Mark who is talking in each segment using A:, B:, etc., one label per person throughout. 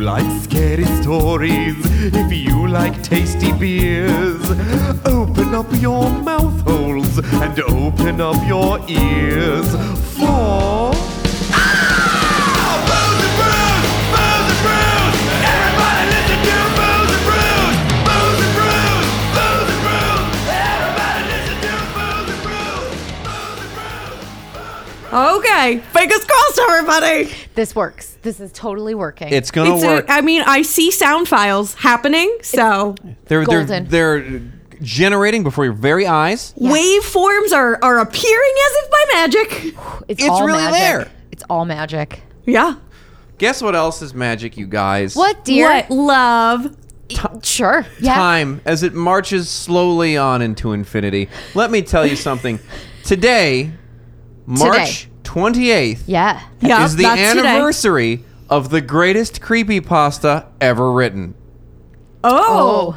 A: like scary stories, if you like tasty beers, open up your mouth holes and open up your ears for.
B: Okay, fingers crossed, everybody.
C: This works. This is totally working.
D: It's gonna
B: It's
D: work.
B: a, I mean, I see sound files happening, so
D: they're
C: golden.
D: they're they're generating before your very eyes.
B: waveforms are are appearing as if by magic.
C: it's,
D: it's
C: all
D: really
C: magic.
D: there.
C: It's all magic.
B: Yeah.
D: Guess what else is magic, you guys?
C: What, dear?
B: What love?
C: Sure. Yeah.
D: time as it marches slowly on into infinity. Let me tell you something. Today, March 28th,
C: Yeah.
B: Yeah,
D: is the
B: that's today.
D: anniversary of the greatest creepypasta ever written.
B: Oh,
C: Oh.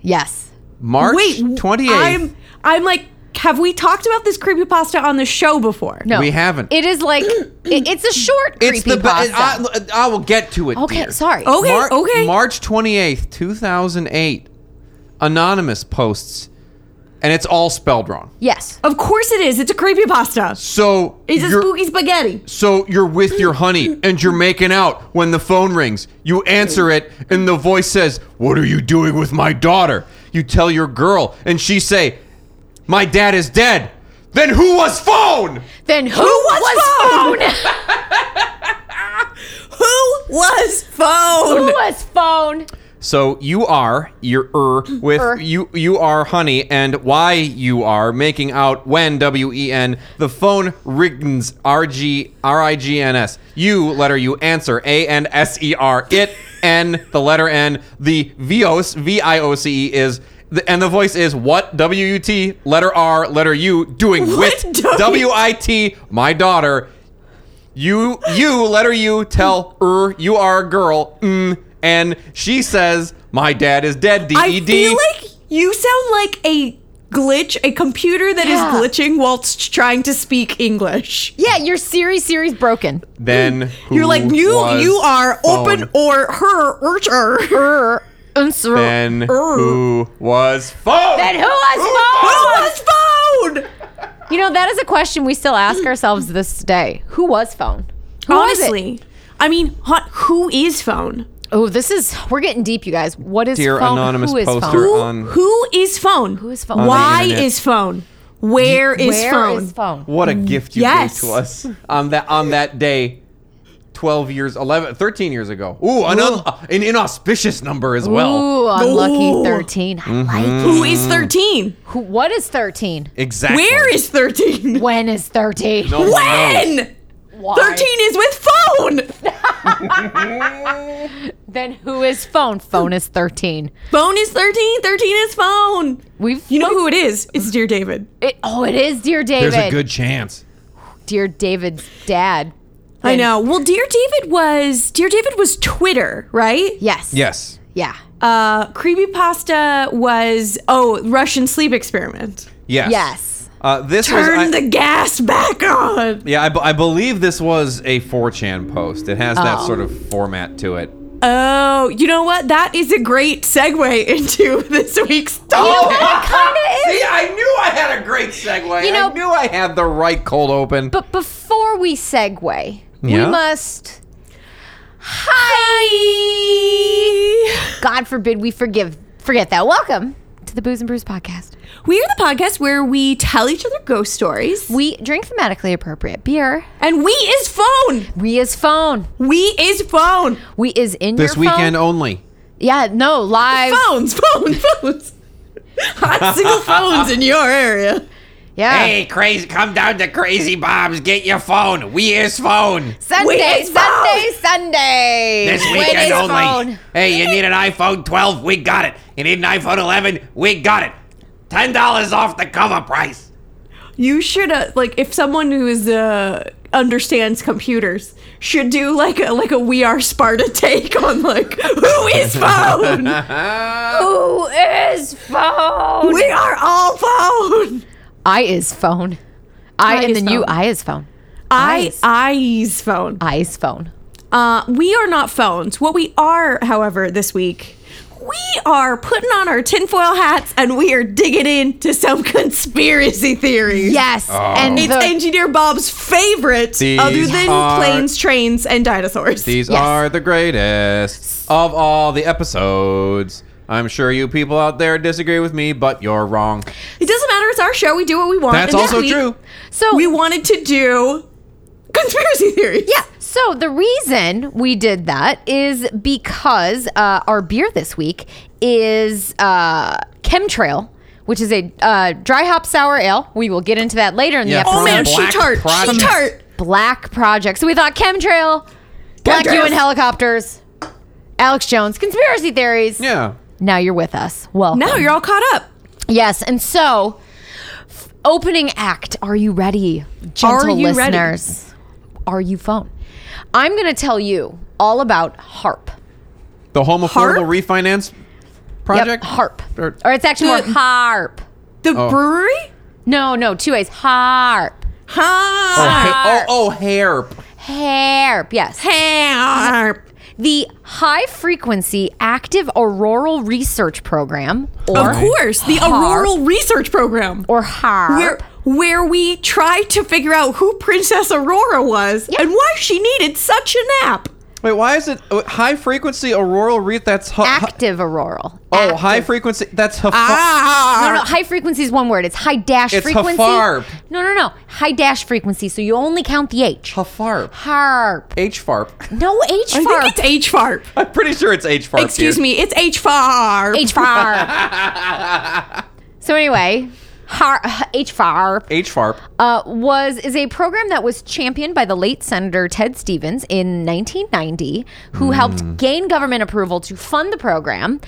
C: Yes.
D: March
B: wait,
D: 28th.
B: I'm I'm like, have we talked about this creepypasta on the show before?
C: No.
D: We haven't.
C: It is like it, it's a short creepy
D: it's the best. I, I will get to it.
C: Okay,
D: dear.
C: sorry.
B: Okay,
D: Mar-
B: okay.
D: March 28th, 2008. Anonymous posts, and it's all spelled wrong.
C: Yes.
B: Of course it is. It's a creepypasta.
D: So
B: It's a
D: you're-
B: spooky spaghetti.
D: So you're with your honey and you're making out when the phone rings. You answer it and the voice says, "What are you doing with my daughter?" You tell your girl and she say, "My dad is dead." Then who was phone?
C: Then who,
B: was
C: was phone?
B: Who was phone?
C: who was phone?
D: So you are your er with
C: Er.
D: you you are honey and why you are making out when W E N the phone rings R G R I G N S. You letter you answer A N S E R it N the letter N the V O S V I O C E is the, and the voice is what W U T letter R letter U doing
B: What?
D: with W I T my daughter you you letter you tell er you are a girl mm, and she says my dad is dead D
B: I
D: E
B: feel
D: D.
B: like you sound like a glitch, a computer that is
C: Yeah.
B: glitching whilst trying to speak English.
C: Yeah, your Siri Siri's broken.
D: Then
B: You're like
D: who
B: you
D: was
B: you are open
D: phone?
B: or her or her.
C: Er, answer.
D: Then who was phone?
C: Then who
B: er. Who
C: was
B: was
C: phone?
B: phone?
C: You know that is a question we still ask ourselves this day. Who was phone? Who was it?
B: Honestly, I mean, hot, who is phone?
C: Oh, this is we're getting deep, you guys. What is
D: Dear
C: phone?
D: anonymous
C: Who is
D: poster.
C: phone?
D: on-
B: Who, who is phone? Who
C: is phone? On the
B: Why
D: internet.
B: is phone? Where is
C: Where
B: phone?
C: is phone?
D: what a gift you
B: Yes.
D: gave to us on that on that day. 12 years 11 13 years ago. Ooh, an, un- an inauspicious number as well. Mm-hmm.
C: Ooh, unlucky
B: Ooh.
C: 13. I like it.
B: Who
D: Mm.
B: is thirteen?
C: Who, what is 13?
D: Exactly.
B: Where is thirteen?
C: When is 13?
D: No one knows.
B: When?
C: Why?
B: Thirteen is with phone.
C: Then who is phone? Phone is 13.
B: Phone is 13. 13 is phone.
C: We've
B: You know who it is? It's Dear David.
C: it, oh, it is dear David.
D: There's a good chance.
C: dear David's dad.
B: I know. Well, Dear David was Dear David was Twitter, right?
C: Yes.
D: Yes.
C: Yeah.
B: Uh, creepypasta was oh Russian sleep experiment.
D: Yes.
C: Yes.
D: Uh, this was
B: Turn
D: I-
B: the gas back on.
D: Yeah, I, b- I believe this was a 4chan post. It has that sort of format to it.
B: Oh, you know what? That is a great segue into this week's topic. Oh,
C: Kind of is.
D: Oh. See, I knew I had a great segue.
C: You know-
D: I knew I had the right cold open.
C: But before we segue, we
D: Yeah?
C: must,
B: Hi.
C: God forbid, we forgive forget that. Welcome to the Booze and Brews podcast.
B: We are the podcast where we tell each other ghost stories.
C: We drink thematically appropriate beer.
B: And we is phone.
C: We is phone.
B: We is phone.
C: We is in
D: this
C: your
D: weekend
C: Phone.
D: only.
C: Yeah. No live.
B: phones, phone, phones. Hot single phones in your area.
C: Yeah.
D: crazy! Come down to Crazy Bob's. Get your phone. We is phone.
C: Sunday,
B: We is
C: Sunday, Sunday. When is phone?
D: Hey, you need an iPhone 12? We got it. You need an iPhone 11? We got it. Ten dollars off the cover price.
B: You should uh, like if someone who is uh understands computers should do like a like a we are Sparta take on like who is phone?
C: Uh-huh. Who is phone?
B: we are all phone.
C: I is phone. I,
B: I
C: and
B: is
C: then you.
B: phone.
C: I is phone.
B: I
C: Eyes.
B: eyes phone.
C: I is phone.
B: Uh, we are not phones. What we are, however, this week, we are putting on our tinfoil hats and we are digging into some conspiracy theories.
C: Yes. And
B: It's
C: the-
B: Engineer Bob's favorite,
D: These
B: other than
D: are-
B: planes, trains, and dinosaurs.
D: These
C: Yes.
D: are the greatest of all the episodes. I'm sure you people out there disagree with me, but you're wrong.
B: It doesn't matter. It's our show. We do what we want.
D: That's
B: And this
D: also
B: week,
D: true.
C: so
B: We wanted to do conspiracy theories.
C: Yeah. So the reason we did that is because uh, our beer this week is uh, Chemtrail, which is a uh, dry hop sour ale. We will get into that later in
D: Yeah,
C: the episode.
B: Oh man, she
D: Black
B: tart. She
D: project.
B: tart.
C: Black Project. So we thought Chemtrail, Black
B: Chemtrails.
C: UN helicopters, Alex Jones, conspiracy theories.
D: Yeah.
C: Now you're with us. Well,
B: Now you're all caught up.
C: Yes. And so, f- opening act. Are you ready, gentle
B: you ready?
C: listeners? Are you phone? I'm going to tell you all about HARP.
D: The home
B: Harp? Ah.
D: affordable refinance
C: Yep,
D: project?
C: HARP.
D: Or-
C: Or, it's actually more
B: The-
C: HARP.
B: The
D: Oh.
B: brewery?
C: No, no, two A's. HARP.
B: Ha!
D: Oh, oh, hair.
C: HARP. Yes.
B: Harp.
C: The High Frequency Active Auroral Research Program, or,
B: Of course, the Auroral Research Program.
C: or HARP.
B: Where, where we try to figure out who Princess Aurora was and why she needed such a nap.
D: Wait, why is it uh, high frequency auroral reef? That's hu- hu-
C: active auroral.
D: oh,
C: Active.
D: high frequency. That's hu-
B: Ah!
C: No, no, high frequency is one word. It's high dash
D: It's
C: frequency.
D: hafarp.
C: No, no, no. High dash frequency. So you only count the H.
D: farp.
C: Harp.
D: H farp.
C: No H
B: I
C: farp.
B: think it's H Farp.
D: I'm pretty sure it's H farp.
B: Excuse me, it's H Farp.
C: H farp. so anyway, har- H farp.
D: H farp.
C: uh, was is a program that was championed by the late Senator Ted Stevens in 1990, who
D: Hmm.
C: helped gain government approval to fund the program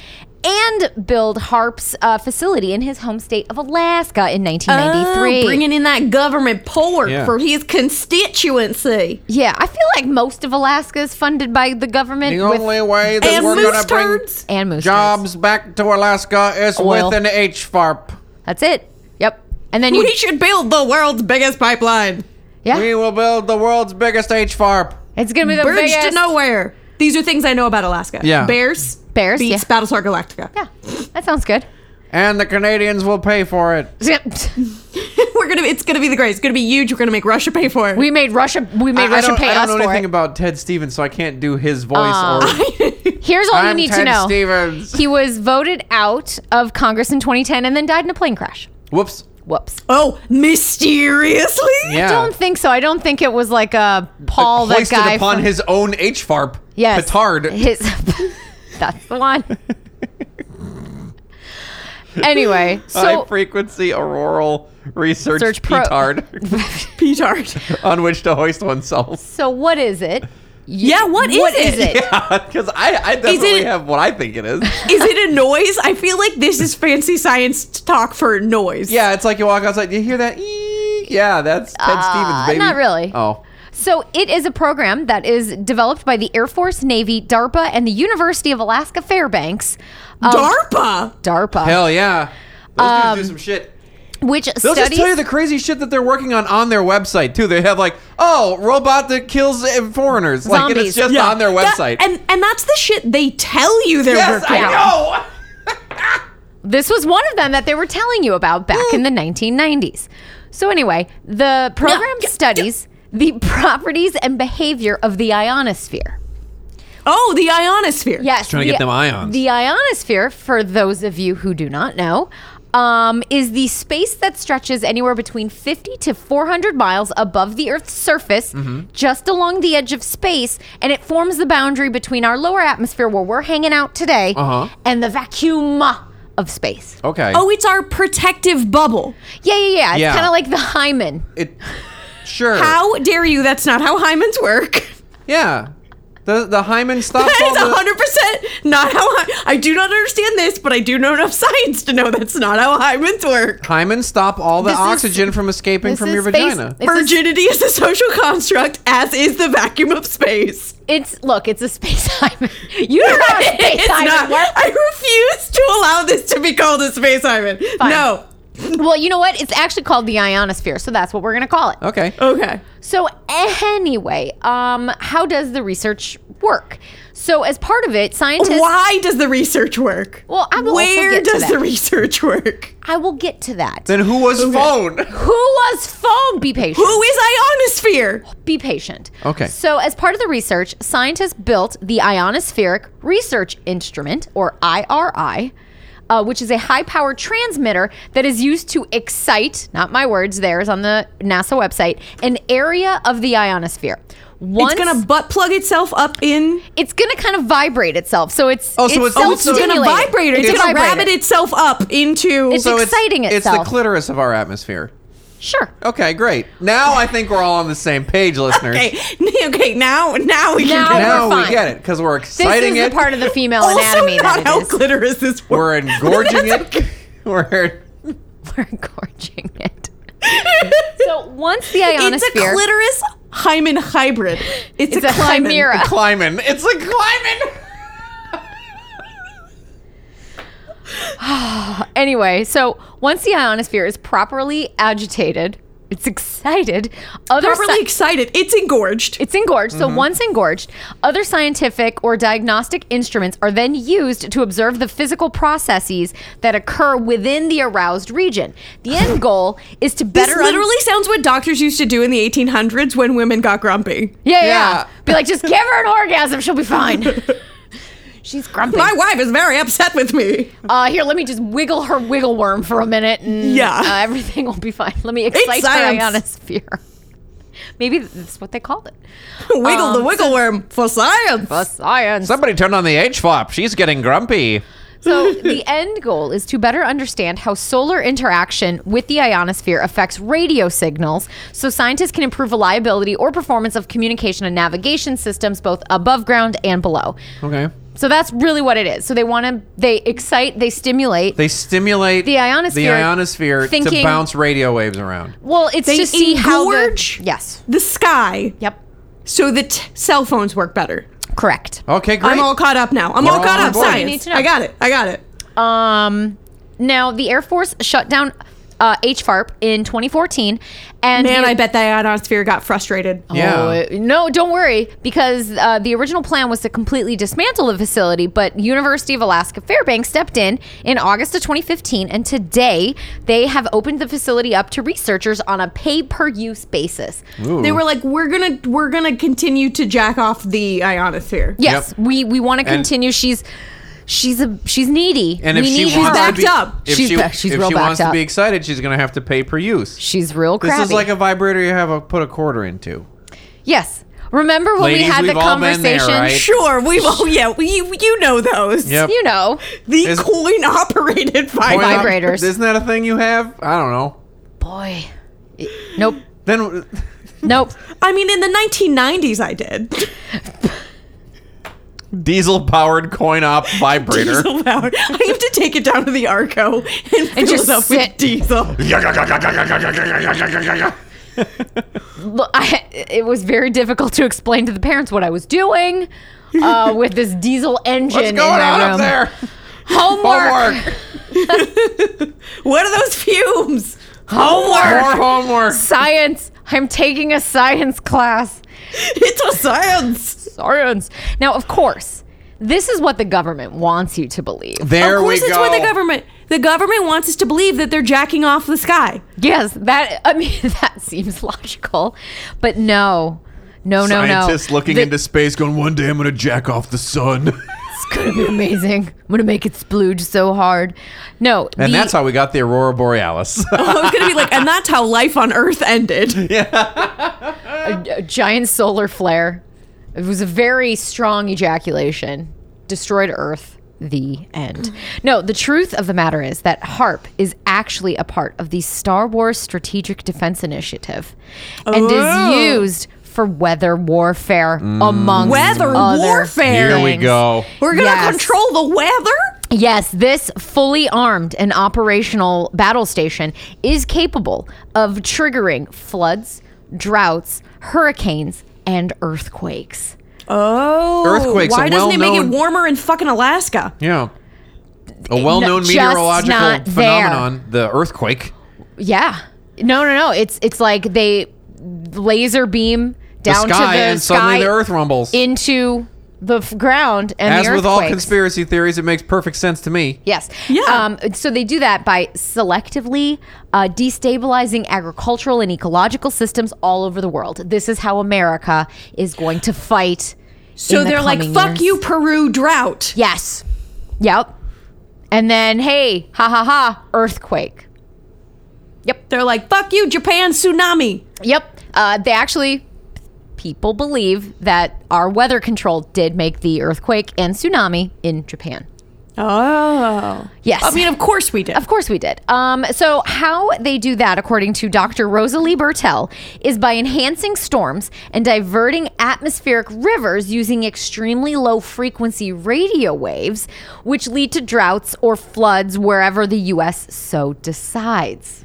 C: and build HARP's uh, facility in his home state of Alaska in 1993.
B: Oh, bringing in that government pork
D: Yeah.
B: for his constituency.
C: yeah, I feel like most of Alaska is funded by the government
D: The
C: with
D: only way that
B: And
D: we're gonna
B: moose
D: bring
B: turds.
C: and moose
D: jobs back to Alaska is
C: Oil.
D: with an H farp.
C: turds. That's it. Yep. And then you
B: We should build the world's biggest pipeline.
C: yeah,
D: We will build the world's biggest H farp.
C: it's gonna be the
B: Birds
C: biggest.
B: to nowhere. These are things I know about Alaska.
D: Yeah.
B: Bears.
C: Bears,
B: Beats
C: yeah.
B: Battlestar Galactica.
C: Yeah, that sounds good.
D: And the Canadians will pay for it.
B: We're gonna it's gonna be the greatest. It's gonna be huge. We're gonna make Russia pay for it.
C: We made Russia. We made
D: I
C: Russia
D: don't,
C: pay
D: I don't
C: us
D: know
C: for
D: anything
C: it.
D: about Ted Stevens, so I can't do his voice or
C: Here's all you
D: I'm
C: need to
D: Ted
C: know.
D: Stevens.
C: He was voted out of Congress in 2010 and then died in a plane crash.
D: Whoops.
C: Whoops.
B: oh, mysteriously?
D: Yeah.
C: I don't think so. I don't think it was like a Paul that
D: hoisted
C: guy
D: upon
C: from-
D: his own H farp.
C: yes,
D: Petard.
C: His that's the one. anyway,
D: High
C: so
D: frequency auroral research
C: Search pro-
D: petard
B: Petard.
D: on which to hoist oneself.
C: so what is it?
B: Yeah, what is
C: What is
B: it?
C: it?
D: Because I, I definitely
B: it-
D: have what I think it is.
B: Is it a noise? I feel like this is fancy science talk for noise.
D: yeah, it's like you walk outside, you hear that. "Ee." Yeah, that's Ted Stevens, baby.
C: Uh, not really.
D: Oh.
C: So it is a program that is developed by the Air Force, Navy, DARPA, and the University of Alaska Fairbanks. Um,
B: DARPA.
C: DARPA,
D: Hell yeah. Those dudes do some shit.
C: which
D: They'll
C: Um, studies
D: just tell you the crazy shit that they're working on on their website too. They have like, oh, robot that kills uh, foreigners. Like and
C: Zombies.
D: it's just
B: Yeah.
D: on their
B: That-
D: website.
B: and and that's the shit they tell you they're
D: yes,
B: working
D: I
B: on.
D: know.
C: This was one of them that they were telling you about back in the 1990s. So, anyway, the program
B: Yeah, yeah,
C: studies the properties and behavior of the ionosphere.
B: Oh, the ionosphere.
C: Yes.
D: trying to
C: the-
D: get them ions.
C: The ionosphere, for those of you who do not know, um, is the space that stretches anywhere between 50 to 400 miles above the Earth's surface,
D: Mm-hmm.
C: just along the edge of space, and it forms the boundary between our lower atmosphere, where we're hanging out today,
D: Uh-huh.
C: and the vacuum of space.
D: Okay.
B: Oh, it's our protective bubble.
C: Yeah, yeah, yeah. It's
D: Yeah.
C: kind of like the hymen.
D: it, sure.
B: How dare you? That's not how hymens work.
D: Yeah. The the hymen stops
B: That
D: all
B: is
D: the.
B: hundred percent not how I, I do not understand this, but I do know enough science to know that's not how hymens work.
D: Hymen stop all the
C: This is-
D: oxygen from escaping
C: this
D: from
C: is
D: your
C: space-
D: vagina.
C: It's a-
B: Virginity is a social construct, as is the vacuum of space.
C: It's look, it's a space hymen. You don't know how a space
B: It's not.
C: hymen works.
B: I refuse to allow this to be called a space hymen. No.
C: Well, you know what? It's actually called the ionosphere, so Oh. that's what we're gonna call it.
D: Okay.
B: Okay.
C: So anyway, um, how does the research work. So as part of it, scientists.
B: Why does the research work?
C: Well, I will also
B: where
C: get to
B: does
C: that.
B: the research work?
C: I will get to that.
D: Then who was phone?
C: Who was phone? Be patient.
B: Who is ionosphere?
C: be patient.
D: Okay.
C: So, as part of the research, scientists built the Ionospheric Research Instrument, or IRI, uh, which is a high powered transmitter that is used to excite, not my words, theirs on the NASA website, an area of the ionosphere. Once,
B: it's gonna butt plug itself up in.
C: it's gonna kind of vibrate itself. So it's
D: Oh, so it's- oh, it's
B: It's gonna
C: self-stimulating.
B: vibrate. It's,
C: a
B: gonna
C: vibrator.
B: rabbit itself up into.
C: It's
D: So
C: exciting
D: it's,
C: itself.
D: It's the clitoris of our atmosphere.
C: Sure.
D: Okay, great. Now I think we're all on the same page, listeners.
B: okay, okay. Now, now we
C: Now
B: can.
D: Now
C: we're
D: we
C: fine.
D: get it because we're
C: This
D: exciting
C: is
D: it.
C: the part of the female
B: also
C: anatomy
B: not
C: that
B: how
C: it is.
B: clitoris is working.
D: we're engorging it. We're
C: We're gorging it. so once the ionosphere,
B: It's a clitoris hymen hybrid. It's,
C: it's
B: a,
C: a
B: hymen.
C: chimera.
D: climbing. It's like climbing.
C: Anyway, so once the ionosphere is properly agitated, it's excited. Other
B: Properly Mm-hmm.
C: sci-
B: excited. It's engorged.
C: it's engorged. So once engorged, other scientific or diagnostic instruments are then used to observe the physical processes that occur within the aroused region. The end goal is to
B: this
C: better un-
B: literally sounds what doctors used to do in the 1800s when women got grumpy.
C: yeah,
D: Yeah.
C: yeah, yeah. Be like, just give her an orgasm, she'll be fine. She's grumpy.
B: My wife is very upset with me.
C: Uh, here, let me just wiggle her wiggle worm for a minute, and
B: Yeah.
C: uh, everything will be fine. Let me excite her
B: science.
C: ionosphere. Maybe that's what they called it.
B: Wiggle
C: Um,
B: the wiggle worm for science.
C: A science.
D: Somebody turn on the H flop. She's getting grumpy.
C: So the end goal is to better understand how solar interaction with the ionosphere affects radio signals, so scientists can improve reliability or performance of communication and navigation systems, both above ground and below.
D: Okay.
C: So that's really what it is. So they want to, they excite, they stimulate.
D: They stimulate
C: The ionosphere
D: the ionosphere to
C: thinking-
D: bounce radio waves around.
C: well, it's
B: They
C: to see how the
B: engorge?
C: yes,
B: the sky
C: yep,
B: so that cell phones work better.
C: correct.
D: Okay, great.
B: I'm all caught up now. I'm
D: We're
B: all
D: all
B: caught
D: on
B: up.
D: board.
B: Science.
C: You need to know.
B: I got it. I got it.
C: Um, now the Air Force shut down uh, HFARP in 2014, and
B: Man,
C: the-
B: I bet the ionosphere got frustrated.
D: Yeah.
C: Oh, it- no, don't worry, because uh, the original plan was to completely dismantle the facility, but University of Alaska Fairbanks stepped in in August of 2015, and today they have opened the facility up to researchers on a pay-per-use basis.
D: Mm,
B: They were like, we're gonna we're gonna continue to jack off the ionosphere.
C: Yes,
D: Yep.
C: we we want to continue. she's she's a she's needy.
D: and if
C: we
D: she
C: need
D: wants
C: her.
D: to
B: backed
D: be,
B: up.
D: if
C: She's
D: she,
C: back- she's
D: if
C: real
D: she
C: backed
D: wants to
C: up.
D: be excited, she's going to have to pay per use.
C: she's real
D: this
C: crabby.
D: is like a vibrator you have a, put a quarter into.
C: yes. Remember when
D: Ladies,
C: we had the
D: we've all been
C: conversation?
D: there, right?
B: Sure, we will. Yeah, we, you know those.
D: Yep.
C: You know,
B: The
D: Is-
B: coin operated
D: Why not?
B: vibrator.
C: Vibrators.
D: Isn't that a thing you have? I don't know.
C: boy. It- Nope.
D: Then
C: Nope.
B: I mean, in the 1990s, I did.
D: diesel powered coin op vibrator.
B: Diesel powered. I have to take it down to the Arco and, fill
C: just
B: it up
C: sit.
B: with diesel.
C: Look, I, it was very difficult to explain to the parents what I was doing uh, with this diesel engine
D: What's
C: in
D: going
C: my
D: on
C: room.
D: up there?
C: Homework.
D: Homework.
B: What are those fumes?
D: More
C: Homework.
D: homework.
C: Science. I'm taking a science class.
B: It's a science.
C: Science. Now, of course, this is what the government wants you to believe.
D: There
B: of course,
D: we
B: it's
D: go.
B: what the government. The government wants us to believe that they're jacking off the sky.
C: Yes, that I mean that seems logical, but no. No, no, no.
D: Scientists looking
C: The-
D: into space, going, "One day I'm going to jack off the sun,"
C: It's gonna be amazing. I'm gonna make it splooge so hard. No,
D: and
C: the- uh,
D: that's how we got the aurora borealis.
B: I was Oh, gonna be like, and that's how life on Earth ended.
C: a giant solar flare. It was a very strong ejaculation. Destroyed Earth. The end. No, the truth of the matter is that HARP is actually a part of the Star Wars Strategic Defense Initiative and
B: Oh.
C: is used for weather warfare among
B: Weather warfare.
D: Mm. Here we go.
B: We're gonna
C: Yes.
B: control the weather.
C: Yes, this fully armed and operational battle station is capable of triggering floods, droughts, hurricanes, and earthquakes.
B: Oh,
D: Earthquakes
B: Why
D: are
B: doesn't it make it
D: well-known-
B: warmer in fucking Alaska?
D: Yeah. A well known
C: just
D: meteorological
C: not there.
D: phenomenon, the earthquake.
C: Yeah. No, no, no. It's it's like they laser beam
D: The
C: down
D: sky,
C: to the
D: and
C: sky
D: suddenly the earth rumbles.
C: into the f- ground and
D: As
C: the
D: with all
C: earthquakes.
D: conspiracy theories, it makes perfect sense to me.
C: Yes.
B: Yeah.
C: Um, so they do that by selectively uh, destabilizing agricultural and ecological systems all over the world. This is how America is going to fight.
B: So
C: in the
B: they're like,
C: coming
B: fuck
C: years."
B: you, Peru drought.
C: Yes. Yep. And then, hey, ha ha ha, earthquake.
B: They're like, fuck you, Japan tsunami.
C: Yep. Uh, they actually, people believe that our weather control did make the earthquake and tsunami in Japan.
B: Oh.
C: Yes.
B: I mean, of course we did.
C: Of course we did. Um, so how they do that, according to Dr. Rosalie Bertel, is by enhancing storms and diverting atmospheric rivers using extremely low frequency radio waves, which lead to droughts or floods wherever the U.S. so decides.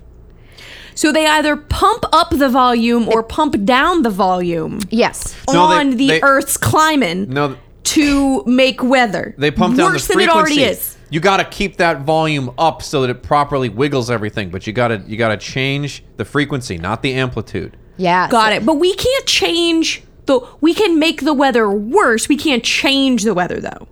B: So they either pump up the volume or pump down the volume
C: Yes.
D: No, they-
B: on the
D: they-
B: Earth's climate
D: No,
B: to make weather
D: they pump down
B: worse
D: the
B: than it
D: frequency.
B: already is.
D: You got to keep that volume up so that it properly wiggles everything, but you got to you got to change the frequency, not the amplitude.
C: Yeah.
B: Got it. But we can't change the. We can make the weather worse. We can't change the weather though.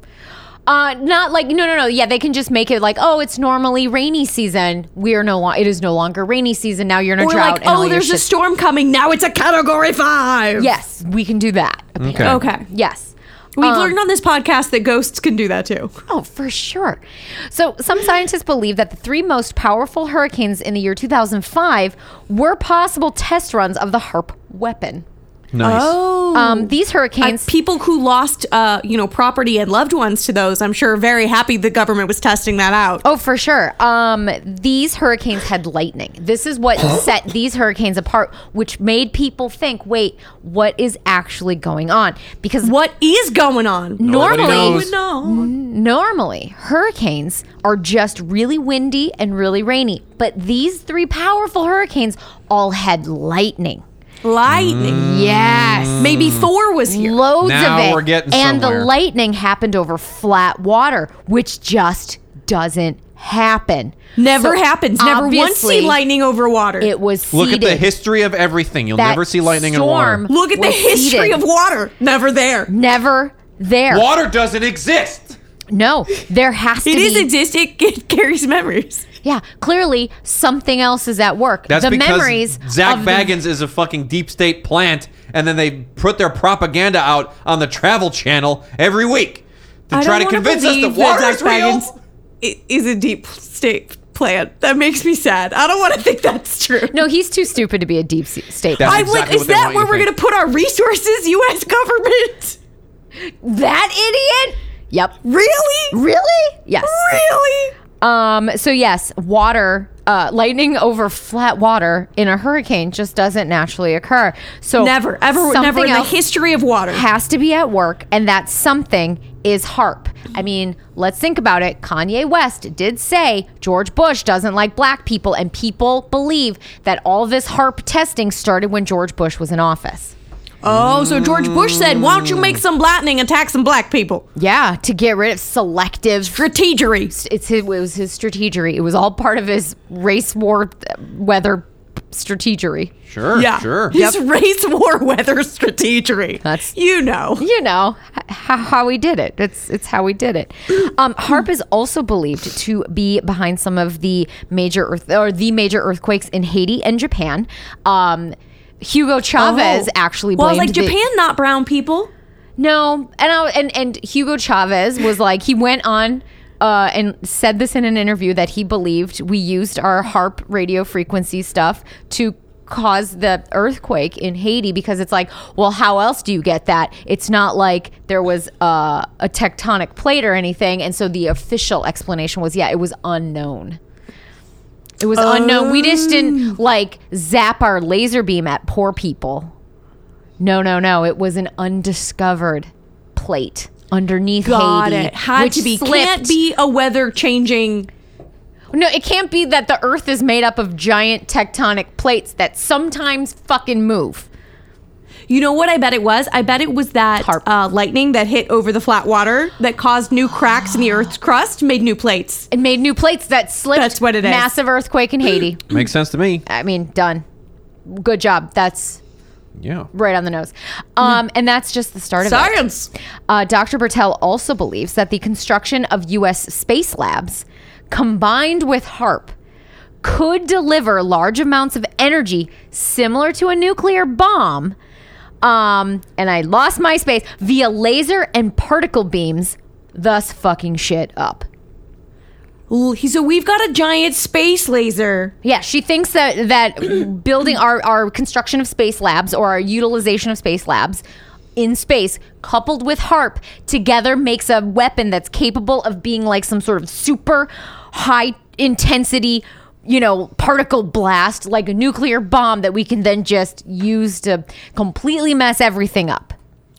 C: Uh, not like no, no, no. Yeah, they can just make it like, oh, it's normally rainy season. We are no, lo- it is no longer rainy season. Now you're in a
B: Or
C: drought.
B: like,
C: and all
B: oh,
C: your
B: there's a
C: shit's
B: storm coming. Now it's a category five.
C: Yes, we can do that.
B: Mm.
C: apparently.
D: Okay.
B: Okay.
C: Yes.
B: We've
C: Um,
B: learned on this podcast that ghosts can do that too.
C: Oh, for sure. So, some scientists believe that the three most powerful hurricanes in the year 2005 were possible test runs of the HARP weapon.
D: Nice.
B: Oh,
C: Um, these
B: I-
C: hurricanes.
B: Uh, people who lost, uh, you know, property and loved ones to those, I'm sure, are very happy the government was testing that out.
C: Oh, for sure. Um, these hurricanes had lightning. This is what set these hurricanes apart, which made people think, wait, what is actually going on? Because
B: What is going on?
D: Nobody
C: normally,
D: knows.
B: No.
C: Normally, hurricanes are just really windy and really rainy, but these three powerful hurricanes all had lightning.
B: Lightning.
C: Mm. Yes.
B: Maybe Thor was here.
C: Loads of
D: Now
C: it.
D: we're getting
C: and
D: somewhere.
C: the lightning happened over flat water, which just doesn't happen.
B: Never
C: So
B: happens. Never once see
C: obviously,
B: lightning over water.
C: It was seeded.
D: Look at the history of everything. You'll
C: That
D: never see lightning in
C: storm-
D: water.
B: Look at the
C: was
B: history of
C: heated.
B: water. Never there.
C: Never there.
D: Water doesn't exist.
C: No, there has to
B: It
C: be.
B: is exist. It, it carries memories.
C: Yeah, clearly something else is at work.
D: That's
C: the
D: because
C: memories.
D: Zach
C: of the-
D: Baggins is a fucking deep state plant, and then they put their propaganda out on the Travel Channel every week to
B: I
D: try to
B: don't wanna
D: convince us that
B: believe
D: water
B: Zach
D: is real.
B: Baggins i- is a deep state plant. That makes me sad. I don't want to think that's true.
C: No, he's too stupid to be a deep se- state.
D: That's
B: I'm
D: exactly
B: like,
D: what
B: is
D: they want
B: that
D: you
B: where
D: to
B: we're
D: think.
B: going to put our resources, U.S. government?
C: that idiot? Yep.
B: Really?
C: Really? Yes.
B: Really?
C: Um so yes, water uh, lightning over flat water in a hurricane just doesn't naturally occur. So
B: Never, ever,
C: something
B: never in the
C: else
B: history of water.
C: has to be at work and that something is harp. I mean, let's think about it. Kanye West did say George Bush doesn't like black people and people believe that all this harp testing started when George Bush was in office.
B: Oh, so George Bush said, why don't you make some lightning attack some black people?
C: Yeah, to get rid of selective
B: Strategery.
C: it's his, it was his strategery. It was all part of his race war uh, weather strategery.
D: Sure,
B: Yeah.
D: sure.
B: His race war weather strategery.
C: That's-
B: you know.
C: You know h- how, how he did it. It's it's how he did it. Um, Harp is also believed to be behind some of the major earth or the major earthquakes in Haiti and Japan. Um, Hugo Chavez
B: Oh.
C: actually
B: Well, I
C: blamed
B: was like,
C: the-
B: Japan, not brown people.
C: No, and I, and and Hugo Chavez was like he went on uh, and said this in an interview that he believed we used our harp radio frequency stuff to cause the earthquake in Haiti because it's like, well, how else do you get that? It's not like there was uh, a tectonic plate or anything, and so the official explanation was, yeah, it was unknown. It was unknown. We just didn't
B: Oh.
C: like zap our laser beam at poor people. No, no, no. It was an undiscovered plate underneath
B: Got
C: Haiti.
B: it. Had
C: which
B: to be.
C: Slipped.
B: Can't be a weather changing.
C: No, it can't be that the Earth is made up of giant tectonic plates that sometimes fucking move.
B: You know what I bet it was? I bet it was that
C: Tarp.
B: uh, lightning that hit over the flat water that caused new cracks in the Earth's crust, made new plates.
C: It made new plates that slipped.
B: That's what it is.
C: Massive earthquake in Haiti.
D: Makes sense to me.
C: I mean, done. Good job. That's
D: Yeah.
C: right on the nose. Um, and that's just the start of it.
B: Science.
C: Uh, Dr. Bertel also believes that the construction of U.S. space labs combined with HARP could deliver large amounts of energy similar to a nuclear bomb. Um, and I lost my space via laser and particle beams, thus fucking shit up.
B: Ooh, he- So we've got a giant space laser.
C: Yeah, she thinks that that building our, our construction of space labs or our utilization of space labs in space coupled with harp together makes a weapon that's capable of being like some sort of super high intensity you know particle blast like a nuclear bomb that we can then just use to completely mess everything up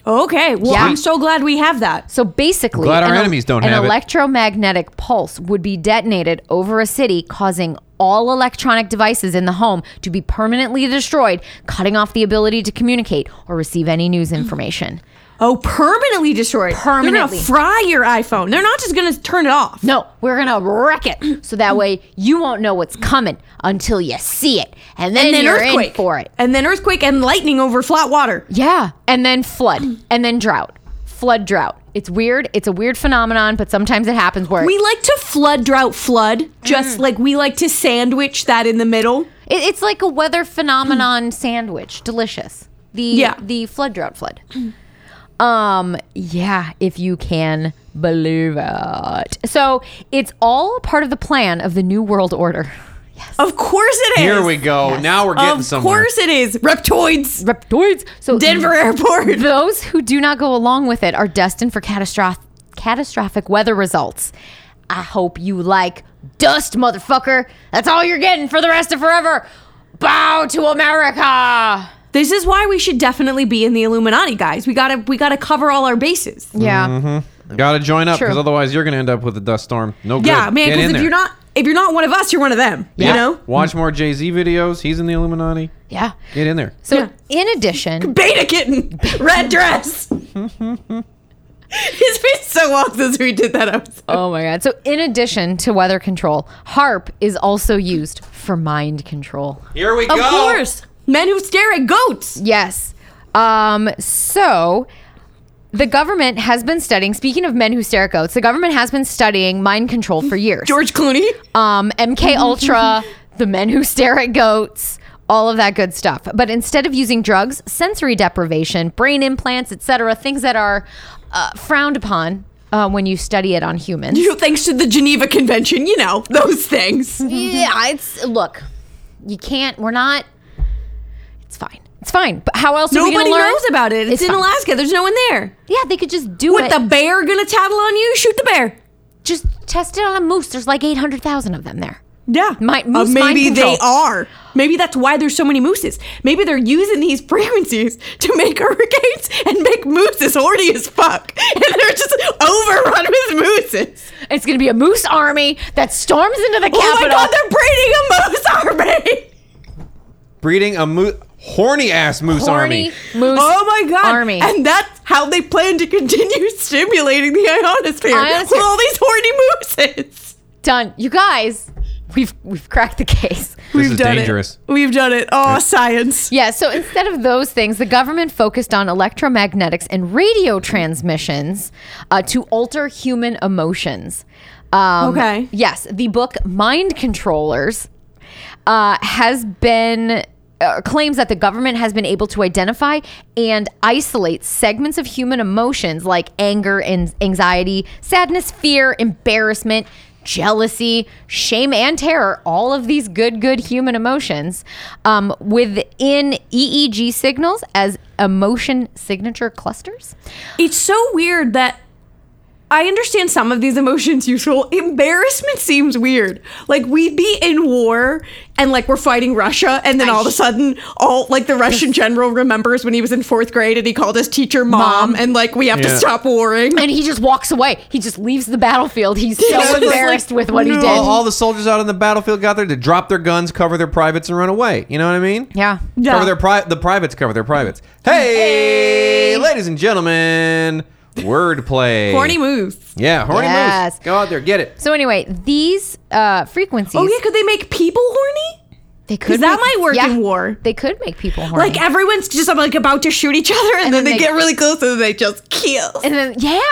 B: Okay. Well,
C: Yeah.
B: I'm so glad we have that.
C: so basically,
D: Glad our
C: an, el-
D: enemies don't
C: an
D: have it.
C: electromagnetic pulse would be detonated over a city, causing all electronic devices in the home to be permanently destroyed, cutting off the ability to communicate or receive any news information.
B: Oh, permanently destroyed. They're
C: Permanently.
B: gonna fry your iPhone. They're not just gonna turn it off.
C: No, we're gonna wreck it, so that way you won't know what's coming until you see it, and then,
B: And then
C: you're
B: earthquake
C: in for it.
B: And then earthquake and lightning over flat water.
C: Yeah. And then flood. and then drought. Flood drought. It's weird. It's a weird phenomenon, but sometimes it happens where
B: We like to flood drought flood, just
C: Mm.
B: like we like to sandwich that in the middle.
C: It, it's like a weather phenomenon sandwich. Delicious. The
B: Yeah.
C: the flood drought flood. Um yeah, if you can believe it. So it's all part of the plan of the new world order.
B: Of course it is.
D: Here we go. Now we're getting
B: Of
D: somewhere.
B: course it is. Reptoids.
C: Reptoids. So
B: Denver Airport.
C: Those who do not go along with it are destined for catastroph- catastrophic weather results. I hope you like dust, motherfucker. That's all you're getting for the rest of forever. Bow to America.
B: This is why we should definitely be in the Illuminati, guys. We gotta we gotta cover all our bases.
C: Yeah.
D: Got to join up
C: True.
D: because otherwise you're going to end up with a dust storm. No good.
B: Yeah, man.
D: Get in
B: Because if
D: there.
B: you're not if you're not one of us, you're one of them.
D: Yeah.
B: You know.
D: watch more Jay Z videos. He's in the Illuminati.
C: Yeah.
D: Get in there.
C: So,
B: Yeah.
C: in addition,
B: Beta kitten, red dress. His face so long since we did that episode.
C: oh my god. So, in addition to weather control, harp is also used for mind control.
D: Here we
B: Of course, men who stare at goats.
C: Yes. Um, so the government has been studying, speaking of men who stare at goats, the government has been studying mind control for years.
B: George Clooney.
C: um, MK Ultra, the men who stare at goats, all of that good stuff. But instead of using drugs, sensory deprivation, brain implants, etc., things that are uh, frowned upon uh, when you study it on humans.
B: You know, thanks to the Geneva Convention, you know those things.
C: yeah,
B: Mm-hmm.
C: it's look, you can't. We're not. It's fine. It's fine. But how else? are we
B: Nobody
C: gonna learn?
B: knows about it. It's, in
C: fine.
B: Alaska. There's no one there.
C: Yeah, they could just do
B: What
C: it.
B: the bear gonna tattle on you? Shoot the bear.
C: just test it on a moose. There's like eight hundred thousand of them there.
B: Yeah. Uh,
C: Mi- moose mind
B: maybe
C: control.
B: they are. Maybe that's why there's so many mooses. Maybe they're using these frequencies to make hurricanes and make mooses horny as fuck. And they're just overrun with mooses.
C: It's gonna be a moose army that storms into the
B: Oh my god,
C: capital.
B: they're breeding a moose army.
D: Breeding a moose, horny ass moose army.
C: Horny moose.
B: Oh my god.
C: Army.
B: And that's how they plan to continue stimulating the ionosphere,
C: Ionosphere.
B: with all these horny mooses.
C: Done. You guys, we've we've cracked the case.
D: This is
B: done it.
D: dangerous.
B: We've done it. Oh, science.
C: Yeah, so instead of those things, the government focused on electromagnetics and radio transmissions uh, to alter human emotions. Um,
B: Okay.
C: Yes, the book Mind Controllers uh, has been. Uh, claims that the government has been able to identify and isolate segments of human emotions like anger and anxiety, sadness, fear, embarrassment, jealousy, shame, and terror, all of these good, good human emotions um, within EEG signals as emotion signature clusters.
B: It's so weird that I understand some of these emotions useful. Embarrassment seems weird. Like we'd be in war and like we're fighting Russia, and then all of a sudden, all like the Russian general remembers when he was in fourth grade and he called his teacher mom,
C: Mom.
B: and like we have to
D: Yeah.
B: stop warring.
C: And he just walks away. He just leaves the battlefield. He's
B: It's
C: so
B: like,
C: embarrassed with what he
B: no.
C: did.
D: All, all the soldiers out on the battlefield got there to drop their guns, cover their privates, and run away. You know what I mean?
C: yeah.
B: Yeah.
D: Cover their pri- the privates cover their privates. Hey, ladies and gentlemen, wordplay.
B: Horny moose.
D: Yeah, horny
C: Yes.
D: moose. Go out there, get it.
C: So anyway, these uh, frequencies.
B: Oh yeah, could they make people horny?
C: They could.
B: that might work in war.
C: They could make people horny.
B: Like everyone's just like about to shoot each other, and, then, they,
C: then they-
B: get really close, and they just kill.
C: and then yeah.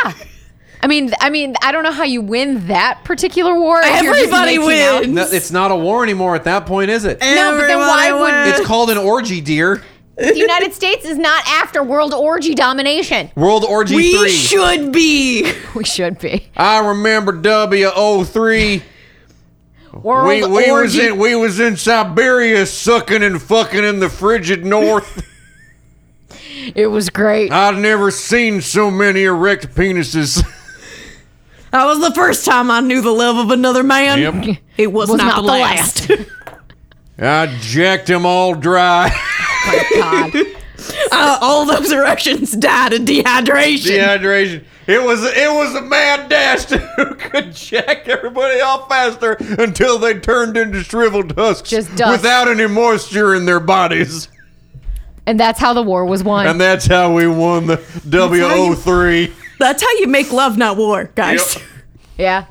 C: I mean, I mean, I don't know how you win that particular war. if you're just
B: Everybody
C: making out.
B: wins.
D: No, it's not a war anymore at that point, is it?
C: No, but then why
B: Everybody
C: would
D: It's called an orgy, dear.
C: the United States is not after world orgy domination?
D: World Orgy
B: we
D: 3.
B: should be.
C: We should be
D: I remember WO3.
C: world
D: We, we, was
C: orgy.
D: in, we was in Siberia sucking and fucking in the frigid north.
C: it was great.
D: I've never seen so many erect penises.
B: That was the first time I knew the love of another man.
D: Yep.
B: It was, not, the last.
D: I jacked them all dry.
C: God.
B: Uh, all those Russians died of dehydration.
D: Dehydration. It was it was a mad dash to who could jack everybody off faster until they turned into shriveled husks
C: Just dust.
D: without any moisture in their bodies.
C: And that's how the war was won.
D: And that's how we won the WO3.
B: That's how you make love, not war, guys.
D: Yep.
C: yeah.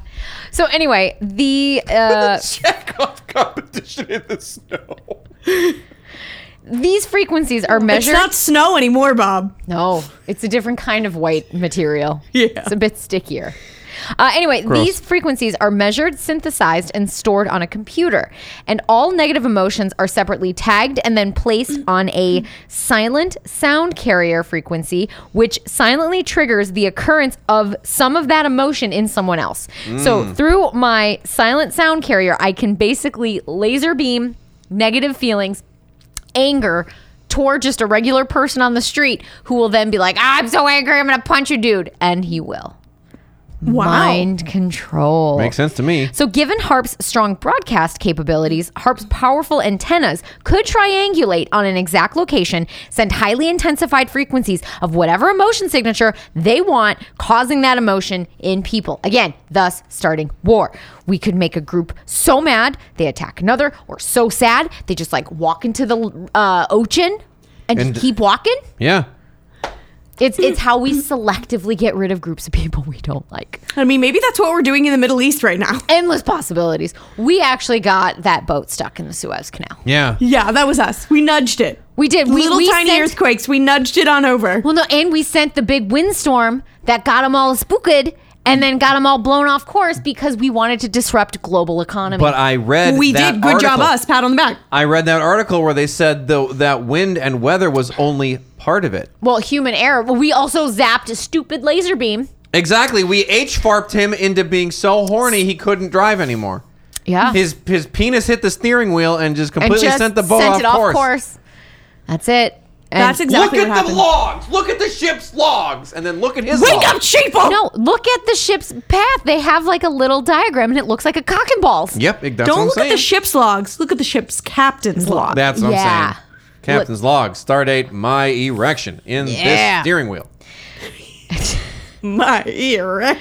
C: So anyway, the uh,
D: Jack off competition in the snow.
C: these frequencies are
B: It's
C: measured.
B: not snow anymore, Bob.
C: no, it's a different kind of white material.
B: Yeah.
C: it's a bit stickier. Uh, anyway, these frequencies are measured, synthesized, and stored on a computer. And all negative emotions are separately tagged and then placed on a silent sound carrier frequency, which silently triggers the occurrence of some of that emotion in someone else. So through my silent sound carrier, I can basically laser beam negative feelings anger toward just a regular person on the street who will then be like, "Ah, I'm so angry, I'm gonna punch a dude. And he will.
B: Wow.
C: Mind control.
D: sense to me.
C: So, given HARP's strong broadcast capabilities, HARP's powerful antennas could triangulate on an exact location, send highly intensified frequencies of whatever emotion signature they want, causing that emotion in people. Again, thus starting war. We could make a group so mad they attack another, or so sad they just like walk into the uh, ocean and,
D: And-
C: just keep walking.
D: Yeah.
C: It's it's how we selectively get rid of groups of people we don't like
B: I mean, maybe that's what we're doing in the Middle East right now.
C: endless possibilities. We actually got that boat stuck in the Suez Canal.
D: Yeah.
B: Yeah, that was us. We nudged it.
C: We did. We,
B: Little
C: we
B: tiny
C: sent,
B: earthquakes. We nudged it on over.
C: Well, no, and we sent the big windstorm that got them all spooked and then got them all blown off course because we wanted to disrupt global economy.
D: But I read
B: we
D: that
B: did. Good job,
D: article-
B: us. Pat on the back.
D: I read that article where they said though that wind and weather was only part of it.
C: well, human error. Well, we also zapped a stupid laser beam.
D: Exactly. We H farped him into being so horny he couldn't drive anymore.
B: Ah.
C: Yeah.
D: His his penis hit the steering wheel and just
C: and
D: completely
C: just
D: sent the boat
C: sent
D: off,
C: it off
D: course.
C: That's it. And
B: That's exactly
D: look
B: what
D: at the
B: happened.
D: logs. Look at the ship's logs, and then look at his.
B: Wake
D: logs.
B: up, sheeple!
C: No, look at the ship's path. They have like a little diagram and it looks like a cock and balls.
D: Yep. That's what
B: Don't
D: I'm
B: look
D: saying.
B: at the ship's logs. Look at the ship's captain's log.
D: That's what
C: Yeah.
D: I'm saying. Captain's log. Stardate. My erection in
C: Yeah.
D: this steering wheel.
B: My ear.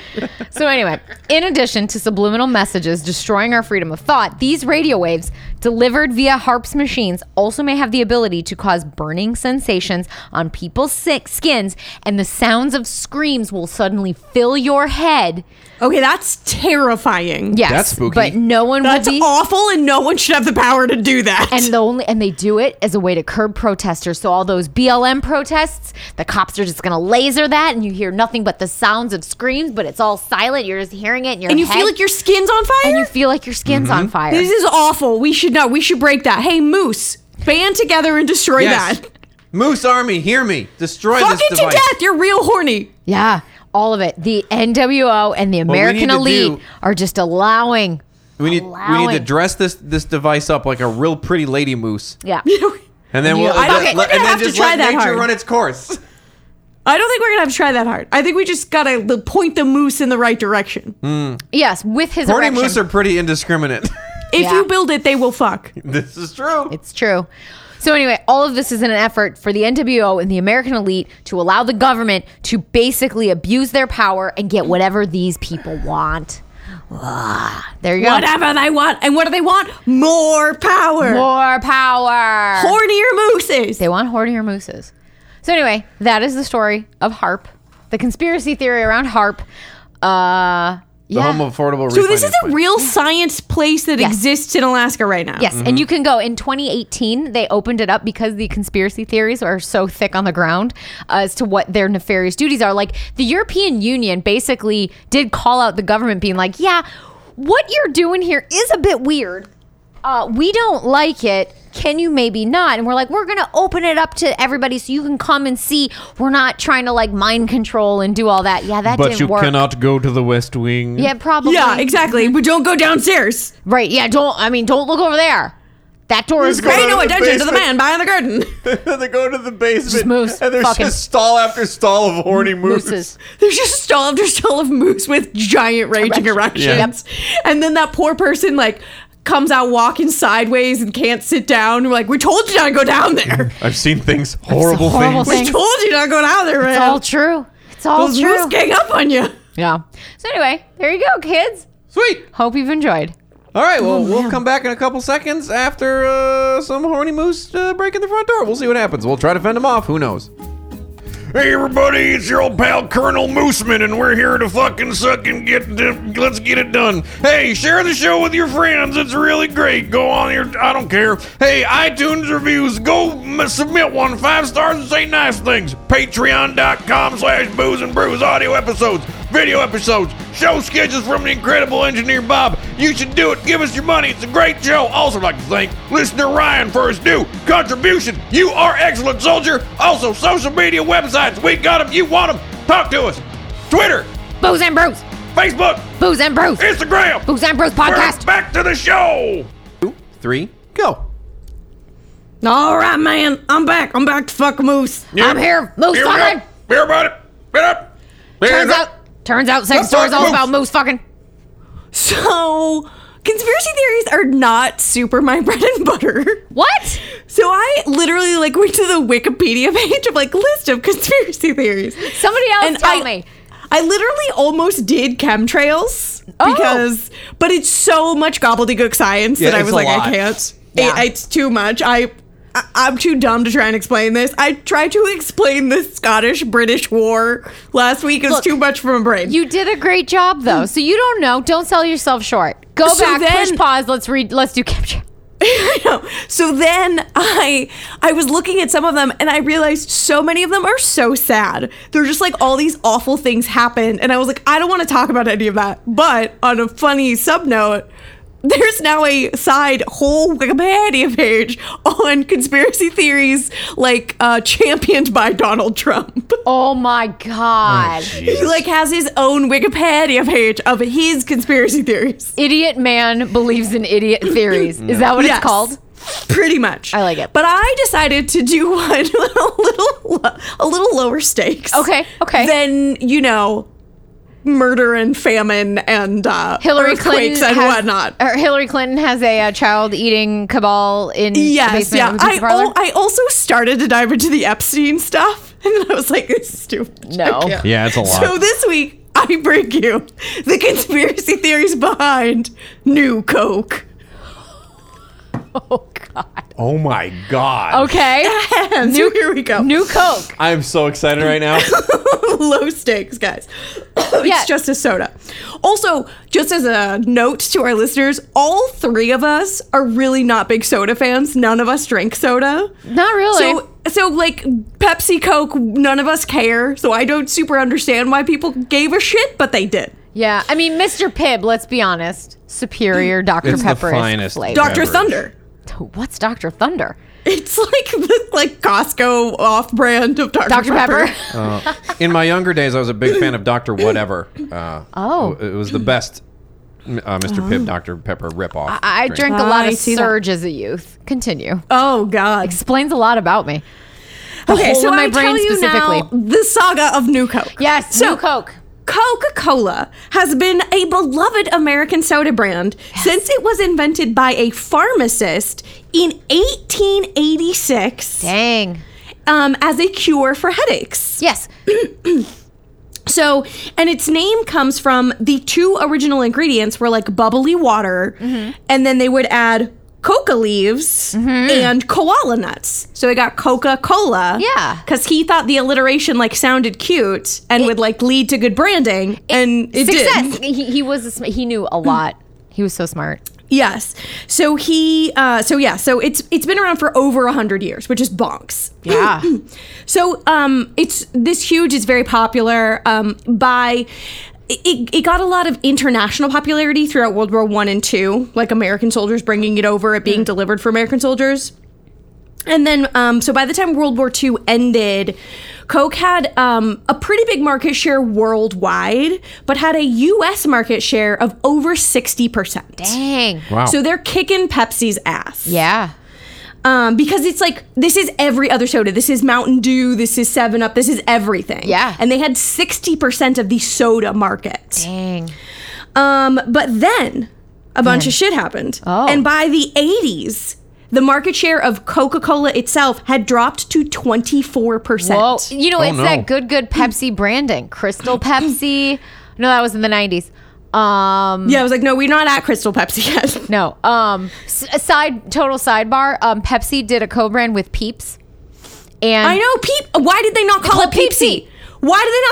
C: So anyway, in addition to subliminal messages destroying our freedom of thought, these radio waves delivered via harps machines also may have the ability to cause burning sensations on people's sick skins and the sounds of screams will suddenly fill your head.
B: Okay, that's terrifying.
C: Yes.
D: That's spooky.
C: But no one
B: That's
C: will be
B: awful, and no one should have the power to do that.
C: and the only and they do it as a way to curb protesters. So all those BLM protests, the cops are just gonna laser that, and you hear nothing but the sounds of screams. But it's all silent. You're just hearing it, in your
B: And you
C: head,
B: feel like your skin's on fire?
C: and you feel like your skin's
D: Mm-hmm.
C: on fire.
B: this is awful. We should know. We should break that. Hey, Moose, band together and destroy
D: Yes.
B: that.
D: Moose Army, hear me. Destroy
B: Fuck
D: this
B: it
D: device.
B: to death. You're real horny.
C: Yeah, all of it. The NWO and the
D: we need
C: American
D: to
C: elite
D: do-
C: are just allowing.
D: We need we need to
C: Allowing.
D: dress this this device up like a real pretty lady moose,
C: Yeah.
D: and then
C: Yeah.
D: we'll
C: I
B: don't
D: let-
B: think we're
D: let-
B: gonna
D: and then
B: have to
D: just
B: try
D: let
B: that
D: nature
B: hard.
D: run its course.
B: I don't think we're gonna have to try that hard. I think we just gotta the, point the moose in the right direction.
C: Yes, with his
D: Horny
C: erection.
D: moose are pretty indiscriminate.
B: If
C: Yeah.
B: you build it, they will fuck.
D: this is true.
C: It's true. So anyway, all of this is in an effort for the NWO and the American elite to allow the government to basically abuse their power and get whatever these people want. Ah, there you go.
B: Whatever they want, and what do they want? More power.
C: More power.
B: Hornier mooses.
C: They want hornier mooses. So anyway, that is the story of Harp, the conspiracy theory around Harp. Uh,
D: The
C: Yeah.
D: home of affordable
B: So this is
D: refinance
B: a
D: plan.
B: real science place that
C: Yes.
B: exists in Alaska right now.
C: Yes,
D: Mm-hmm.
C: and you can go. In 2018, they opened it up because the conspiracy theories are so thick on the ground as to what their nefarious duties are. Like the European Union basically did call out the government, being like, "Yeah, what you're doing here is a bit weird. Uh, we don't like it." Can you maybe not? And we're like, we're gonna open it up to everybody so you can come and see. We're not trying to like mind control and do all that. Yeah, that
D: But
C: didn't
D: you
C: work.
D: cannot go to the West Wing.
C: Yeah, probably. Mm-hmm.
B: Yeah, exactly. But don't go downstairs.
C: Right. Yeah. Don't. I mean, don't look over there. That door is
D: Go
B: Pay
D: to
B: no
D: the
B: attention to the
D: basement.
B: man behind the curtain.
D: they go to the basement.
C: moose
D: And there's
C: fucking-
D: just stall after stall of horny moose.
C: mooses.
B: There's just stall after stall of moose with giant raging eruptions. And then that poor person like comes out walking sideways and can't sit down. We're like, we told you not to go down there.
D: I've seen things, horrible,
C: horrible
D: things.
B: we
C: Thanks.
B: told you not to go down there,
C: It's all
B: man.
C: true. It's all
B: Those
C: true.
B: moose gang up on you.
C: Yeah. So anyway, there you go, kids.
D: Sweet.
C: Hope you've enjoyed.
D: All right, well, we'll come back in a couple seconds after uh, some horny moose uh, breaking the front door. We'll see what happens. We'll try to fend him off. Who knows?
E: Hey everybody, it's your old pal Colonel Mooseman, and we're here to fucking suck and get let's get it done. Hey, share the show with your friends; it's really great. Go on your, I don't care. Hey, iTunes reviews, go m- submit one five stars and say nice things. Patreon.com/slash Booze and Brews audio episodes, video episodes, show sketches from the incredible engineer Bob. You should do it. Give us your money. It's a great show. Also, like to thank listener Ryan for his due contribution. You are excellent, soldier. Also, social media websites. We got them. You want them. Talk to us. Twitter,
C: Booze and Bruce.
E: Facebook,
C: Booze and Bruce.
E: Instagram.
C: Booze and Bruce
E: We're
C: podcast.
E: back to the show.
D: Two, three, go.
B: All right, man. I'm back. I'm back to fuck moose.
C: I'm here. Moose
E: Here we
C: fucking.
E: go. Here, buddy. Get up.
C: Turns out, turns out, sex stories all
E: moose.
C: about moose fucking.
B: So conspiracy theories are not super my bread and butter.
C: What?
B: So I literally like went to the Wikipedia page of like list of conspiracy theories.
C: Somebody else
B: And
C: tell
B: I-
C: me.
B: I literally almost did chemtrails
C: Oh.
B: because, but it's so much gobbledygook science
D: Yeah,
B: that I
D: it's
B: was
D: a
B: like,
D: lot.
B: I can't.
C: Yeah.
B: It, it's too much. I, I, I'm too dumb to try and explain this. I tried to explain the Scottish British War last week. It was
C: Look,
B: too much for my brain.
C: You did a great job though. So you don't know. Don't sell yourself short. Go
B: So
C: back.
B: then-
C: push pause. Let's read. Let's do capture.
B: I know. So then I I was looking at some of them and I realized so many of them are so sad. They're just like all these awful things happen and I was like I don't want to talk about any of that. But on a funny sub note, there's now a side whole Wikipedia page on conspiracy theories like uh, championed by Donald Trump.
C: Oh my god.
B: he like has his own Wikipedia page of his conspiracy theories.
C: idiot man believes in idiot theories. Is that what
B: Yes.
C: it's called?
B: Pretty much.
C: I like it.
B: But I decided to do one a little lo- a little lower stakes.
C: Okay, okay.
B: Then, you know, murder and famine and uh
C: Hillary
B: earthquakes
C: Clinton
B: and
C: has,
B: whatnot.
C: or Hillary Clinton has a, uh child-eating cabal in the
B: Yes,
C: basement
B: yeah.
C: of a
B: I,
C: pizza parlor.
B: al- I also started to dive into the Epstein stuff, and then I was like, "This is stupid."
C: No.
B: I can't.
D: Yeah, it's a lot.
B: So this week, I bring you the conspiracy theories behind New Coke.
C: oh God.
D: Oh my god.
C: Okay.
B: And so here we go.
C: New Coke.
D: I'm so excited right now.
B: low stakes, guys. it's
C: Yeah.
B: just a soda. Also, just as a note to our listeners, all three of us are really not big soda fans. None of us drink soda.
C: Not really.
B: So, so like Pepsi, Coke, none of us care. So I don't super understand why people gave a shit, but they did.
C: yeah. I mean, Mr. Pibb. Let's be honest. Superior Dr.
D: It's the
C: Pepper
D: finest.
C: is flavor.
B: Doctor
D: Beverage.
B: Thunder.
C: What's Dr. Thunder?
B: It's like the like Costco off brand of Dr.
C: Dr. Pepper.
D: Uh, in my younger days, I was a big fan of Doctor Whatever. Uh,
C: Oh.
D: it was the best. Uh, Mr. Pibb, Dr. Pepper ripoff.
C: I
D: drink.
C: drank a lot
B: I
C: of
B: see that.
C: Surge as a youth. Continue.
B: Oh God.
C: Explains a lot about me. The
B: Okay,
C: hole
B: so
C: in my
B: I
C: brain
B: tell you
C: specifically.
B: now the saga of New Coke.
C: Yes.
B: So-
C: New Coke.
B: Coca Cola has been a beloved American soda brand since it was invented by a pharmacist in 1886
C: Dang.
B: um, as a cure for headaches.
C: Yes.
B: So, and its name comes
C: Mm-hmm.
B: from the two original ingredients were like bubbly water, and then they would add coca leaves and koala nuts. So he got Coca Cola.
C: Yeah.
B: Because he thought the alliteration like sounded cute and would like lead to good branding. and it did.
C: Success. He, he was a sm- he knew a lot. He was so smart.
B: Yes. So he uh so yeah, so it's it's been around for over 100 years, which is bonks.
C: Yeah.
B: So um it's this huge it's very popular um by it, it got a lot of international popularity throughout World War 1 and 2, like American soldiers bringing it over, it being delivered for American soldiers. And then, um, so by the time World War II ended, Coke had um, a pretty big market share worldwide, but had a U.S. market share of over 60%.
C: Dang.
B: So they're kicking Pepsi's ass.
C: Yeah.
B: Um, because it's like, this is every other soda. This is Mountain Dew. This is 7 Up. This is everything.
C: Yeah.
B: And they had 60% of the soda market.
C: Dang.
B: Um, but then a bunch of shit happened.
C: Oh.
B: And by the 80s, the market share of Coca Cola itself had dropped to 24%.
C: Well, you know,
D: Oh,
C: it's
D: no.
C: that good, good Pepsi branding. Crystal Pepsi. No, that was in the 90s. Um,
B: Yeah, I was like, no, we're not at Crystal Pepsi yet.
C: No. Um, s- a side, total sidebar. Um, Pepsi did a co brand with Peeps. And
B: I know, Peep. Why did they not call
C: call
B: it
C: it
B: Peepsy?
C: Peepsy.
B: Why did they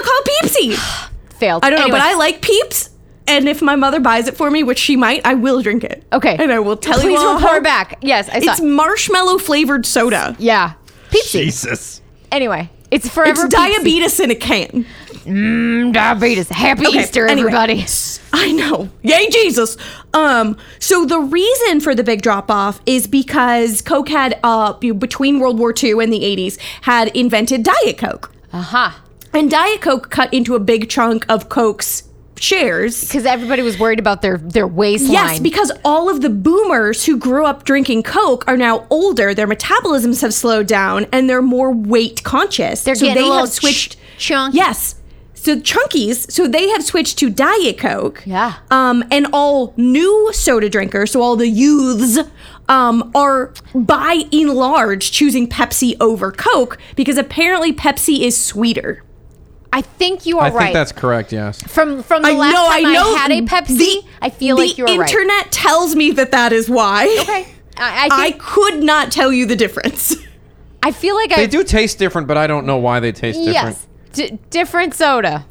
B: not call it Peepsy?
C: failed.
B: I don't know, but I
C: Anyways.
B: like peeps. And if my mother buys it for me, which she might, I will drink it.
C: Okay.
B: And I will tell you
C: Please
B: all
C: report
B: how-
C: back. Yes, I saw.
B: It's marshmallow flavored soda.
C: yeah. Peepsy.
E: Jesus.
C: Anyway, it's forever
B: It's diabetes in a can.
C: Peepsy. Diabetes. Happy
B: Okay,
C: Easter,
B: anyway.
C: everybody.
B: I know. Yay, Jesus. Um, so the reason for the big drop off is because Coke had, uh, be- between World War II and the 80s, had invented Diet Coke.
C: Aha.
B: And Diet Coke cut into a big chunk of Coke's shares.
C: Because everybody was worried about their, their waistline.
B: Yes, because all of the boomers who grew up drinking Coke are now older. Their metabolisms have slowed down and they're more weight conscious.
C: They're
B: so
C: getting a
B: they
C: little
B: have switched
C: ch- chunky.
B: Yes. So chunkies, so they have switched to Diet Coke.
C: Yeah.
B: Um, and all new soda drinkers, so all the youths, um, are by and large choosing Pepsi over Coke because apparently Pepsi is sweeter.
C: I think you are
D: I
C: right.
D: think that's correct. Yes.
C: From from the last time I, had a Pepsi,
B: the-
C: I feel like you're
B: The
C: right.
B: internet tells me that that is why.
C: Okay, I I,
B: I
C: think,
B: could not tell you the difference.
C: I, feel like I
D: They do taste different, but I don't know why they taste different.
C: yes D- different soda.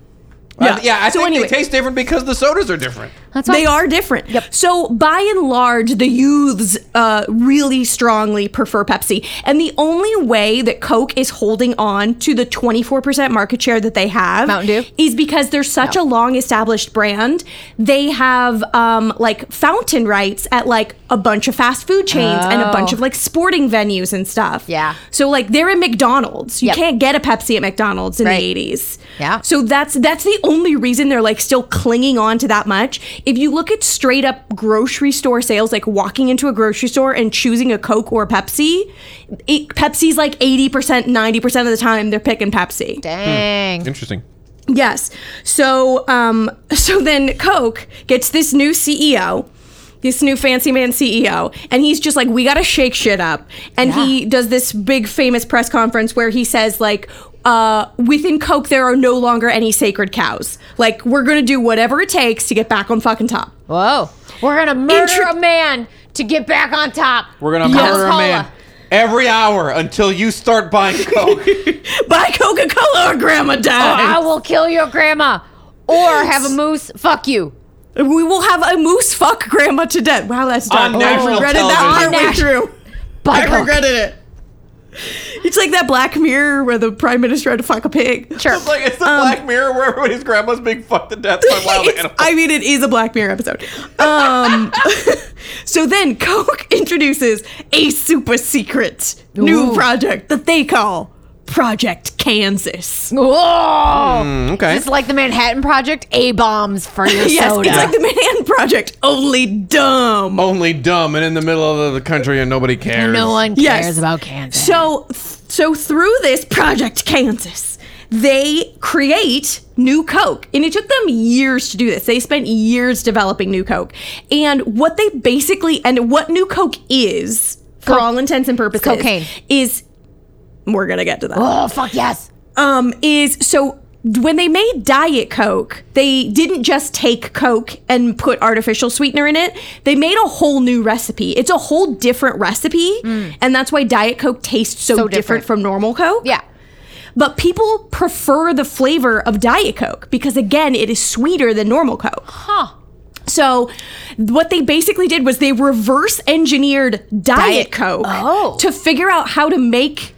D: Yeah, yeah I
B: So
D: think
B: anyway.
D: they taste different because the sodas are different.
C: That's
B: They
C: why-
B: are different. So by and large, the youths uh, really strongly prefer Pepsi, and the only way that Coke is holding on to the 24% market share that they have
C: Mountain Dew?
B: is because they're such a long established brand. They have um, like fountain rights at like a bunch of fast food chains and a bunch
C: Oh.
B: of like sporting venues and stuff.
C: Yeah.
B: So like they're in McDonald's. You
C: Yep.
B: can't get a Pepsi at McDonald's in
C: Right.
B: the 80s.
C: Yeah.
B: So that's that's the only reason they're like still clinging on to that much. If you look at straight up grocery store sales, like walking into a grocery store and choosing a Coke or a Pepsi, it, Pepsi's like 80%, 90% of the time they're picking Pepsi.
C: dang.
D: Interesting.
B: Yes. So um so then Coke gets this new CEO, this new fancy man CEO, and he's just like we got to shake shit up. And he does this big famous press conference where he says like uh, within Coke, there are no longer any sacred cows. Like, we're gonna do whatever it takes to get back on fucking top.
C: Whoa, we're gonna murder
B: Inter-
C: a man to get back on top.
D: We're gonna murder a
C: Coca-Cola.
D: man every hour until you start buying Coke.
B: Buy Coca Cola or Grandma
C: Oh, I
B: dies.
C: will kill your grandma, or have a moose. Fuck you.
B: we will have a moose fuck Grandma to death. Wow, that's dark.
D: On
B: I
D: national
B: regretted that
D: television.
B: partway through.
C: Bye,
B: I
C: Coke.
B: regretted it. It's like that Black Mirror where the prime minister had to fuck a pig.
C: Sure.
D: It's like it's the Black Mirror where everybody's grandma's being fucked to death by wild
B: It's-
D: animals.
B: I mean, it is a Black Mirror episode. Um, so then Coke introduces a super secret new
C: Ooh.
B: project that they call Project Kansas.
C: Whoa.
D: Mm, okay.
C: It's like the Manhattan Project. A bombs for your
B: Yes,
C: soda.
B: it's like the Manhattan Project, only dumb.
D: Only dumb and in the middle of the country and nobody cares.
C: no one cares
B: Yes.
C: about Kansas.
B: So, so through this project, Kansas, they create new Coke, and it took them years to do this. They spent years developing new Coke, and what they basically and what new Coke is, for
C: Coke-
B: all intents and purposes,
C: cocaine.
B: is. We're gonna get to that
C: oh fuck yes.
B: um, is so when they made diet coke they didn't just take coke and put artificial sweetener in it they made a whole new recipe it's a whole different recipe and that's why diet coke tastes so,
C: Mm. So
B: different.
C: different.
B: from normal coke
C: Yeah.
B: but people prefer the flavor of diet coke because again it is sweeter than normal coke
C: Huh.
B: so, what they basically did was they reverse engineered Diet,
C: Diet-
B: Coke
C: Oh.
B: to figure out how to make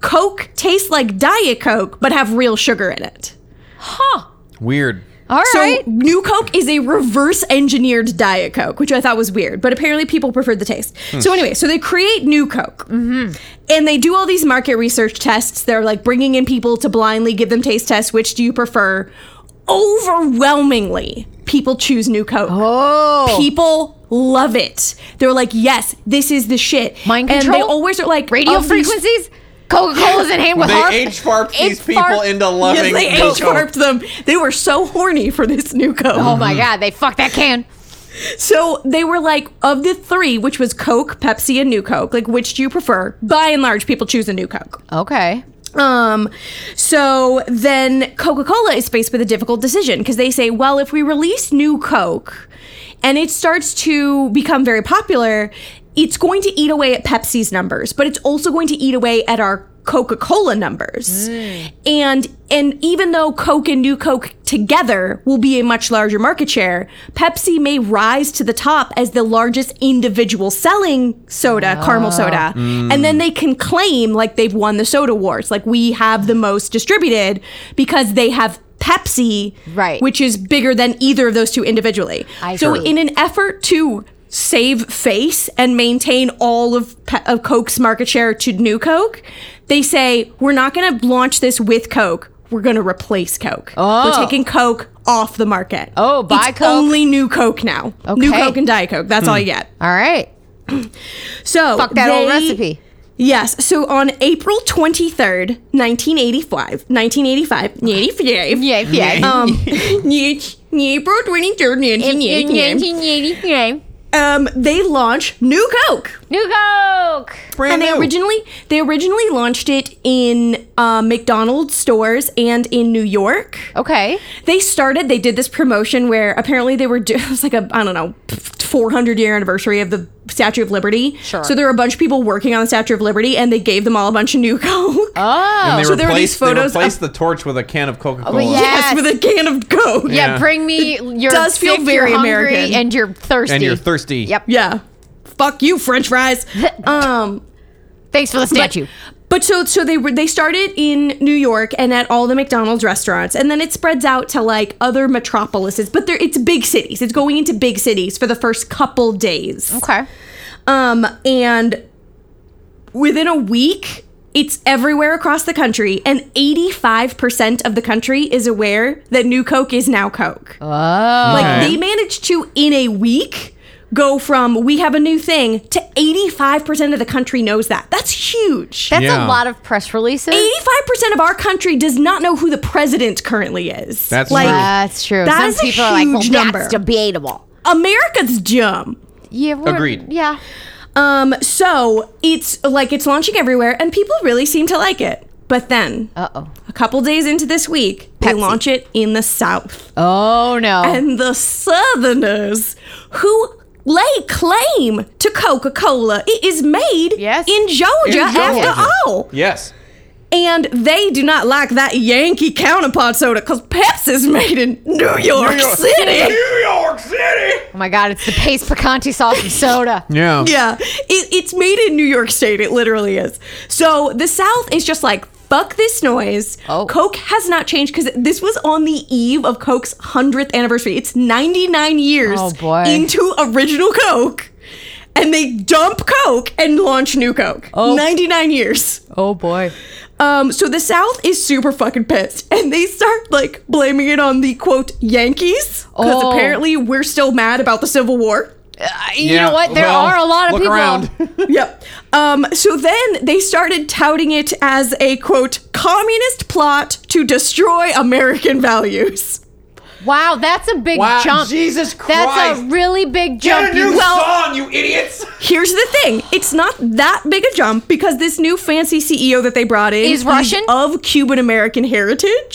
B: Coke taste like Diet Coke but have real sugar in it.
C: Huh.
D: Weird.
C: All right.
B: so, New Coke is a reverse engineered Diet Coke, which I thought was weird, but apparently people preferred the taste. So, anyway, so they create New Coke
C: Mm-hmm.
B: and they do all these market research tests. They're like bringing in people to blindly give them taste tests. Which do you prefer? Overwhelmingly, people choose New Coke.
C: oh.
B: People love it. They're like, yes, this is the shit.
C: Mind
B: And
C: control?
B: they always are like
C: radio
B: of these-
C: frequencies. Coca Cola's in hand with
D: They
C: harp.
D: age farped these
C: Age
D: people
C: farped-
D: into
B: Yes,
D: loving
B: they
D: New
B: age
D: Coke.
B: warped them. They were so horny for this new Coke.
C: Oh my god, they fucked that can.
B: So they were like, of the three, which was Coke, Pepsi, and New Coke, like which do you prefer? By and large, people choose a new Coke.
C: Okay.
B: Um, so then Coca Cola is faced with a difficult decision because they say, well, if we release new Coke and it starts to become very popular, it's going to eat away at Pepsi's numbers, but it's also going to eat away at our Coca Cola numbers. And and even though Coke and New Coke together will be a much larger market share, Pepsi may rise to the top as the largest individual selling soda, caramel soda. And then they can claim like they've won the soda wars, like we have the most distributed because they have Pepsi,
C: Right.
B: which is bigger than either of those two individually.
C: I
B: so
C: see.
B: in an effort to save face and maintain all of, Pe- of Coke's market share to new Coke, they say we're not going to launch this with Coke. We're going to replace Coke.
C: Oh.
B: We're taking Coke off the market.
C: Oh, buy
B: it's
C: Coke.
B: Only new Coke now. New
C: Okay.
B: Coke and Diet Coke. That's all you get.
C: All right.
B: So
C: Fuck that old
B: they-
C: recipe.
B: Yes. So on April 23rd, 1985, 1985, 85,
C: Yeah, yeah.
B: um, April 23rd, 1985, um, they launch New Coke.
C: New Coke.
D: Brand
B: and they
D: new.
B: originally they originally launched it in uh, McDonald's stores and in New York.
C: Okay.
B: They started. They did this promotion where apparently they were. Do- it was like a I don't know, 400 year anniversary of the Statue of Liberty.
C: Sure.
B: So there were a bunch of people working on the Statue of Liberty, and they gave them all a bunch of new Coke.
C: Oh.
D: And they
B: So there were these
D: replaced, they
B: photos of- Oh,
D: replaced the torch with a can of Coca Cola.
C: yeah.
B: yes, with a can of Coke.
C: yeah,
D: yeah.
C: bring me your
B: does feel
C: sick,
B: very
C: you're hungry,
B: American.
C: and you're thirsty.
D: And you're thirsty.
C: Yep.
B: Yeah. Fuck you, French fries. um.
C: Thanks for the statue.
B: But so so they were they started in New York and at all the McDonald's restaurants, and then it spreads out to like other metropolises. But they're it's big cities. It's going into big cities for the first couple days.
C: okay.
B: Um, and within a week, it's everywhere across the country, and 85% of the country is aware that New Coke is now Coke. Oh. Like
D: Okay.
B: they managed to, in a week, go from we have a new thing to 85% of the country knows that. That's huge.
C: That's
D: Yeah.
C: a lot of press releases.
B: 85% of our country does not know who the president currently is.
D: That's
B: like, uh,
D: true.
C: That's true.
B: That
C: Some
B: is a
C: people are like, well,
B: huge number.
C: that's debatable.
B: America's dumb.
C: Yeah. we're-
D: Agreed.
C: Yeah.
B: Um, so it's like it's launching everywhere, and people really seem to like it. But then,
C: Uh oh.
B: a couple days into this week, they
C: Pepsi.
B: launch it in the South,
C: Oh no.
B: and the Southerners who lay claim to Coca Cola. It is made
C: Yes.
B: in Georgia,
D: In Georgia.
B: after all,
D: Yes.
B: and they do not like that Yankee counterpart soda because Pepsi's made in New York,
D: York.
B: City.
E: New York City.
C: oh my god, it's the paste picante sauce and soda.
D: Yeah.
B: Yeah, it, it's made in New York State. It literally is. So the South is just like, fuck this noise.
C: Oh.
B: Coke has not changed because this was on the eve of Coke's 100th anniversary. It's 99 years
C: Oh, boy.
B: into original Coke. And they dump Coke and launch new Coke. 99 years.
C: Oh boy.
B: Um, so the South is super fucking pissed, and they start like blaming it on the quote Yankees because
C: Oh.
B: apparently we're still mad about the Civil War.
C: Uh, You know what? There
D: well,
C: are a lot of
D: look
C: people.
D: Around.
B: Yep. Um, so then they started touting it as a quote communist plot to destroy American values.
C: Wow, that's a big
D: Wow,
C: jump.
D: Jesus
C: That's
D: Christ.
C: a really big
D: Get
C: jump.
D: a new
C: You- well,
D: song, you idiots!
B: Here's the thing: it's not that big a jump because this new fancy CEO that they brought in
C: Is Russian?
B: of Cuban American heritage.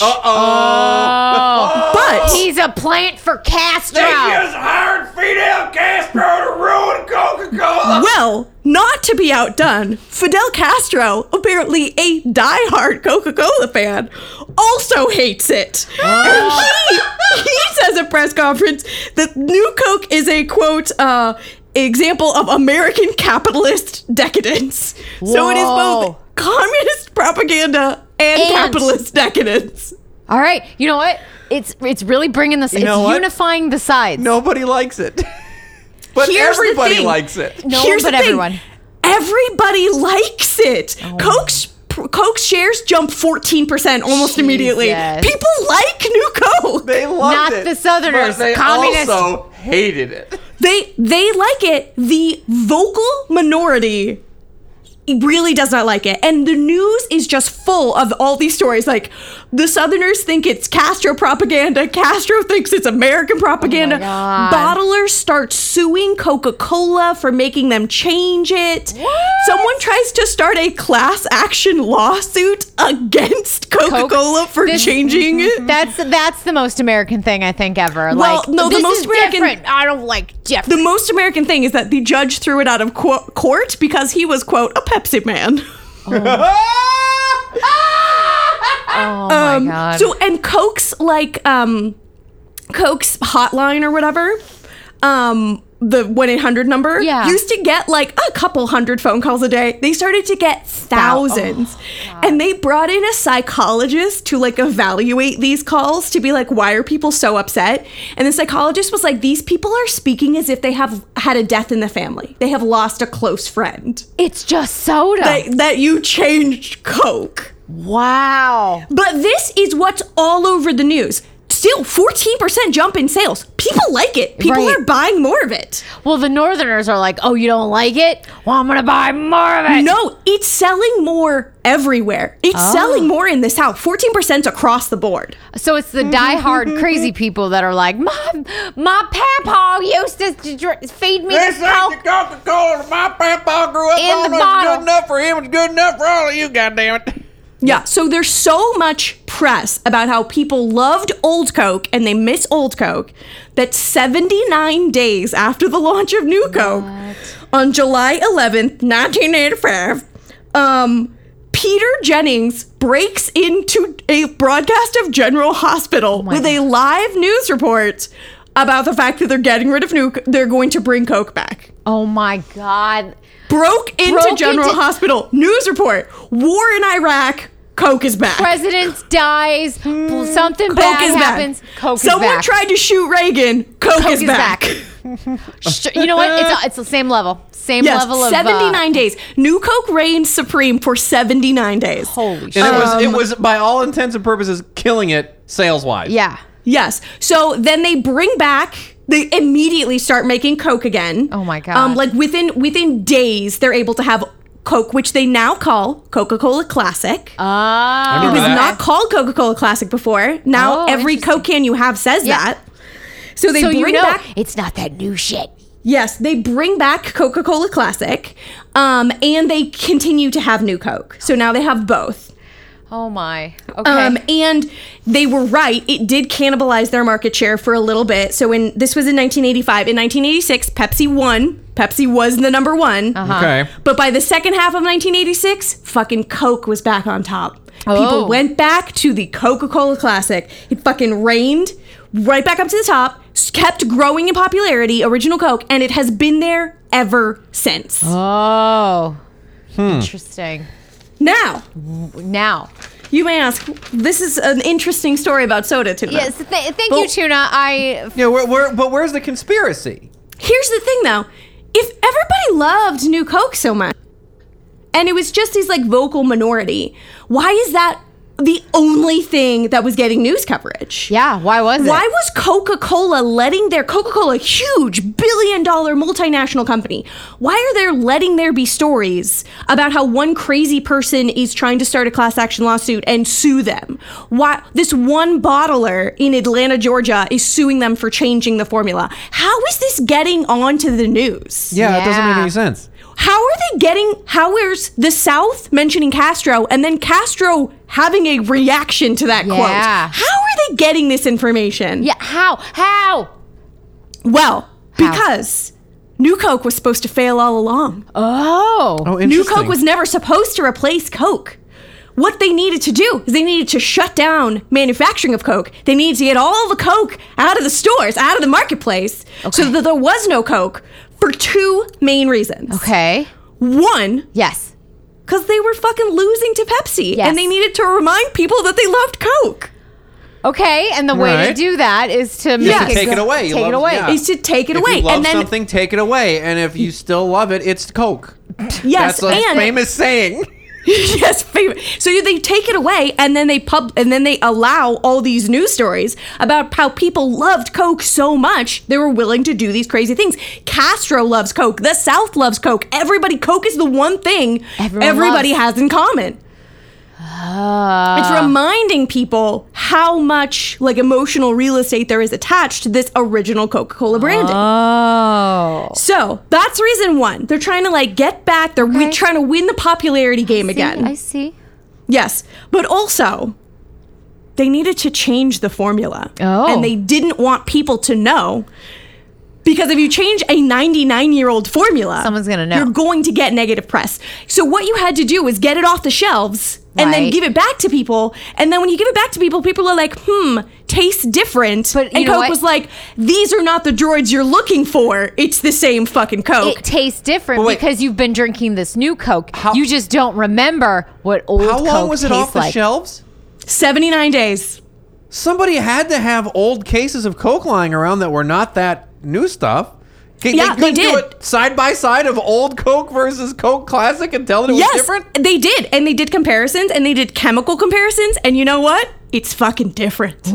C: oh,
B: but
C: he's a plant for Castro.
E: hired Fidel Castro to ruin Coca-Cola.
B: well, not to be outdone, Fidel Castro, apparently a diehard Coca-Cola fan, also hates it. And he, he says at press conference that New Coke is a quote. Uh, Example of American capitalist decadence. So it is both
C: Whoa.
B: communist propaganda and,
C: And-
B: capitalist decadence.
C: All right, you know what? It's it's really bringing this. It's
D: know what?
C: unifying the sides.
D: Nobody likes it. but
B: Here's the
D: everybody
B: thing.
D: likes it.
C: No one but
B: thing.
C: everyone. Oh.
B: Everybody likes it. Coke's Coke shares jump 14% almost immediately.
C: Jesus.
B: People like new Coke. They,
D: They loved
C: Not
D: it.
C: the Southerners,
D: But they
C: communists.
D: also hated it.
B: they like it. The vocal minority really does not like it. And the news is just full of all these stories like the Southerners think it's Castro propaganda, Castro thinks it's American propaganda.
C: Oh God.
B: Bottlers start suing Coca-Cola for making them change it. Someone tries to start a class action lawsuit against Coca-Cola for
C: This- mm-hmm.
B: changing it.
C: That's that's the most American thing I think ever.
B: Well,
C: like,
B: no, the
C: this
B: most
C: is
B: American-
C: different. I don't like
B: the
C: different.
B: most American thing is that the judge threw it out of qu- court because he was quote a Pepsi man.
C: oh my
B: Um,
C: god.
B: So and Coke's like um, Coke's hotline or whatever, um, the one eight hundred number
C: Yeah.
B: used to get like a couple hundred phone calls a day. They started to get thousands,
C: oh
B: and they brought in a psychologist to like evaluate these calls to be like, why are people so upset? And the psychologist was like, these people are speaking as if they have had a death in the family. They have lost a close friend.
C: it's just soda.
B: That that you changed Coke.
C: wow.
B: But this is what's all over the news. Still, 14% jump in sales. People like it. People
C: Right.
B: are buying more of it.
C: Well, the Northerners are like, oh, you don't like it? Well, I'm gonna buy more of it.
B: No, it's selling more everywhere. It's selling more in the South. 14% across the board.
C: So it's the die-hard crazy people that are like, my my papaw used to d- dr- feed me
E: This
C: this
E: ain't the
C: Coke.
E: Coca-Cola my papa grew up
C: In
E: on.
C: the
E: It was
C: bottle.
E: good enough for him. It's good enough for all of you. goddammit. it!
B: Yeah, so there's so much press about how people loved Old Coke and they miss Old Coke that 79 days after the launch of New Coke, on July 11th, 1985, um, Peter Jennings breaks into a broadcast of General
C: Oh
B: Hospital with a live news report about the fact that they're getting rid of New they're going to bring Coke back
C: Oh my god.
B: broke into
C: Broke
B: General
C: into-
B: Hospital. News report: War in Iraq. Coke is back.
C: President dies. Something
B: Coke
C: bad
B: is
C: happens.
B: back.
C: Coke
B: Someone
C: is back.
B: tried to shoot Reagan. Coke,
C: Coke
B: is, back.
C: Sh- you know what? It's, it's the same level. Same
B: Yes,
C: level of uh,
B: 79 days. New Coke reigned supreme for 79 days.
C: holy shit.
D: And
B: Um,
D: it was it was by all intents and purposes killing it sales wise.
C: yeah.
B: Yes. So then they bring back. They immediately start making Coke again.
C: Oh my God.
B: Um, like within within days, they're able to have Coke, which they now call Coca Cola Classic.
C: Ah.
B: It was
D: Okay.
B: not called Coca Cola Classic before. Now
C: Oh,
B: every
C: interesting.
B: Coke can you have says
C: Yeah.
B: that. So they
C: so
B: bring
C: you know,
B: back
C: it's not that new shit.
B: yes, they bring back Coca Cola Classic, um, and they continue to have New Coke. So now they have both.
C: Oh my. Okay.
B: Um, and they were right; it did cannibalize their market share for a little bit. So in this was in 1985, in 1986, Pepsi won. Pepsi was the number one.
D: Okay.
B: But by the second half of 1986, fucking Coke was back on top.
C: Oh.
B: People went back to the Coca Cola Classic. It fucking reigned right back up to the top, s- kept growing in popularity, Original Coke, and it has been there ever since.
C: oh. Interesting.
B: Now,
C: Now.
B: you may ask, this is an interesting story about soda tuna.
C: Yes. Th- thank
B: Well-
C: you, Tuna. I.
D: Yeah, where, where, but where's the conspiracy?
B: Here's the thing though if everybody loved New Coke so much, and it was just these like vocal minority, why is that the only thing that was getting news coverage.
C: Yeah, why was it?
B: Why was Coca Cola letting their Coca Cola, huge billion dollar multinational company, why are there letting there be stories about how one crazy person is trying to start a class action lawsuit and sue them? Why this one bottler in Atlanta, Georgia, is suing them for changing the formula? How is this getting onto the news?
D: Yeah, it doesn't make
C: Yeah.
D: any sense.
B: How are they getting? How is the South mentioning Castro and then Castro having a reaction to that quote?
C: Yeah.
B: How are they getting this information?
C: Yeah, how? How?
B: Well,
C: How?
B: because New Coke was supposed to fail all along.
C: Oh.
D: Oh,
B: New
D: interesting.
B: Coke was never supposed to replace Coke. What they needed to do is they needed to shut down manufacturing of Coke. They needed to get all the Coke out of the stores, out of the marketplace, so that there was no Coke for two main reasons.
C: Okay.
B: One,
C: Yes.
B: because they were fucking losing to Pepsi
C: Yes.
B: and they needed to remind people that they loved Coke.
C: Okay, and the way to
D: Right.
C: do that is to make
B: to
C: it
D: take
C: go-
D: it away. You
C: Take it
D: love-
C: away.
D: yeah.
B: Is to take it
D: Uh, If
B: away.
D: you love
B: and then
D: something, take it away. And if you still love it, it's Coke.
B: yes,
D: That's a
B: and
D: famous saying.
B: yes, favorite. So you- they take it away, and then they pub, and then they allow all these news stories about how people loved Coke so much they were willing to do these crazy things. Castro loves Coke. The South loves Coke. Everybody, Coke is the one thing
C: Everyone
B: everybody
C: loves. Uh.
B: has in common.
C: Oh.
B: It's reminding people how much like emotional real estate there is attached to this original Coca-Cola branding.
C: Oh.
B: So that's reason one. They're trying to like get back. They're wi-
C: Okay.
B: trying to win the popularity game again.
C: I see.
B: Yes, but also they needed to change the formula.
C: Oh.
B: And they didn't want people to know because if you change a 99 year old formula,
C: Someone's gonna know.
B: You're going to get negative press. So what you had to do was get it off the shelves and then
C: Right.
B: give it back to people. And then when you give it back to people, people are like, hmm, tastes different.
C: But you
B: and
C: know
B: Coke
C: what?
B: was like, these are not the droids you're looking for. It's the same fucking Coke.
C: It tastes different
D: But wait.
C: because you've been drinking this new Coke.
D: How-
C: you just don't remember what old
D: How long
C: Coke
D: was it
C: tastes
D: off the
C: like.
D: shelves?
B: 79 days.
D: Somebody had to have old cases of Coke lying around that were not that new stuff. Can-
B: Yeah, they
D: couldn't do
B: did.
D: it side by side of old Coke versus Coke Classic and tell that it
B: yes,
D: was different.
B: They did, and they did comparisons, and they did chemical comparisons, and you know what? It's fucking different.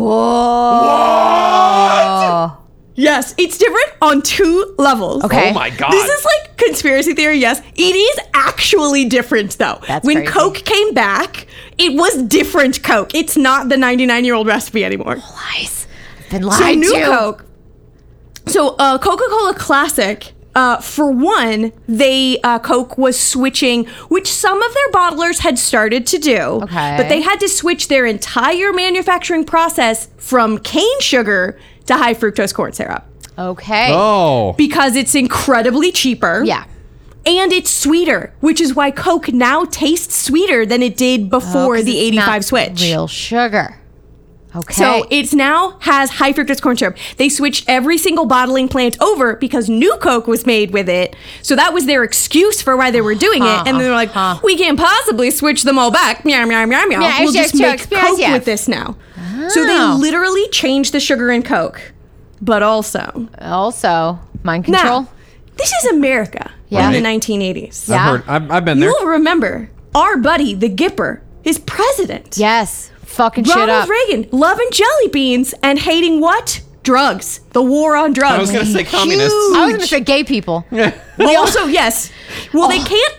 C: Oh.
B: Yes, it's different on two levels.
C: Okay.
D: Oh my god!
B: This is like conspiracy theory, yes. It is actually different though.
C: That's
B: when
C: crazy.
B: Coke came back, it was different Coke. It's not the 99-year-old recipe anymore.
C: Lies. I've been
B: So
C: lied
B: new
C: to.
B: Coke. So uh, Coca-Cola Classic. Uh, for one, they uh, Coke was switching, which some of their bottlers had started to do.
C: Okay.
B: But they had to switch their entire manufacturing process from cane sugar to high fructose corn syrup
C: Okay.
D: oh,
B: because it's incredibly cheaper.
C: Yeah.
B: And it's sweeter, which is why Coke now tastes sweeter than it did
C: Oh,
B: before
C: 'cause
B: the
C: it's
B: 85
C: not
B: switch.
C: Real sugar. Okay.
B: So it's now has high fructose corn syrup. They switched every single bottling plant over because new Coke was made with it. So that was their excuse for why they were doing it. And then they're like,
C: Huh.
B: we can't possibly switch them all back. Meow, meow, meow, meow.
C: Yeah,
B: we'll
C: it's
B: just
C: just too
B: make Coke
C: expensive.
B: with this now. So they
C: Oh.
B: literally changed the sugar in Coke. But also,
C: also mind control.
B: now, this is America
C: Yeah.
B: in the
D: Right.
B: 1980s.
C: Yeah.
D: I've, heard, I've, I've been there.
B: You'll remember our buddy, the Gipper, is president.
C: Yes. Fucking shit up.
B: Ronald Reagan loving jelly beans and hating what? Drugs. The war on drugs.
D: I was gonna say communists.
B: Uh,
C: I was going to say gay people.
B: Well, also yes. Well,
C: Oh.
B: they can't.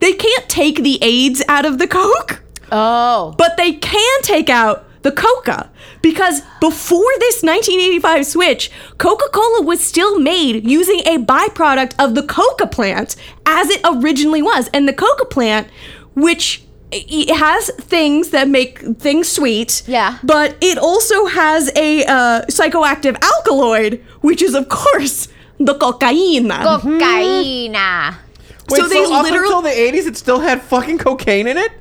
B: They can't take the AIDS out of the Coke,
C: Oh.
B: but they can take out the Coca because before this 1985 switch, Coca-Cola was still made using a byproduct of the Coca plant as it originally was, and the Coca plant, which i- it has things that make things sweet,
C: Yeah.
B: but it also has a uh, psychoactive alkaloid, which is of course the cocaine.
C: Mm-hmm. Cocaina.
D: Wait,
B: so they
D: up
B: literal-
D: until the '80s, it still had fucking cocaine in it.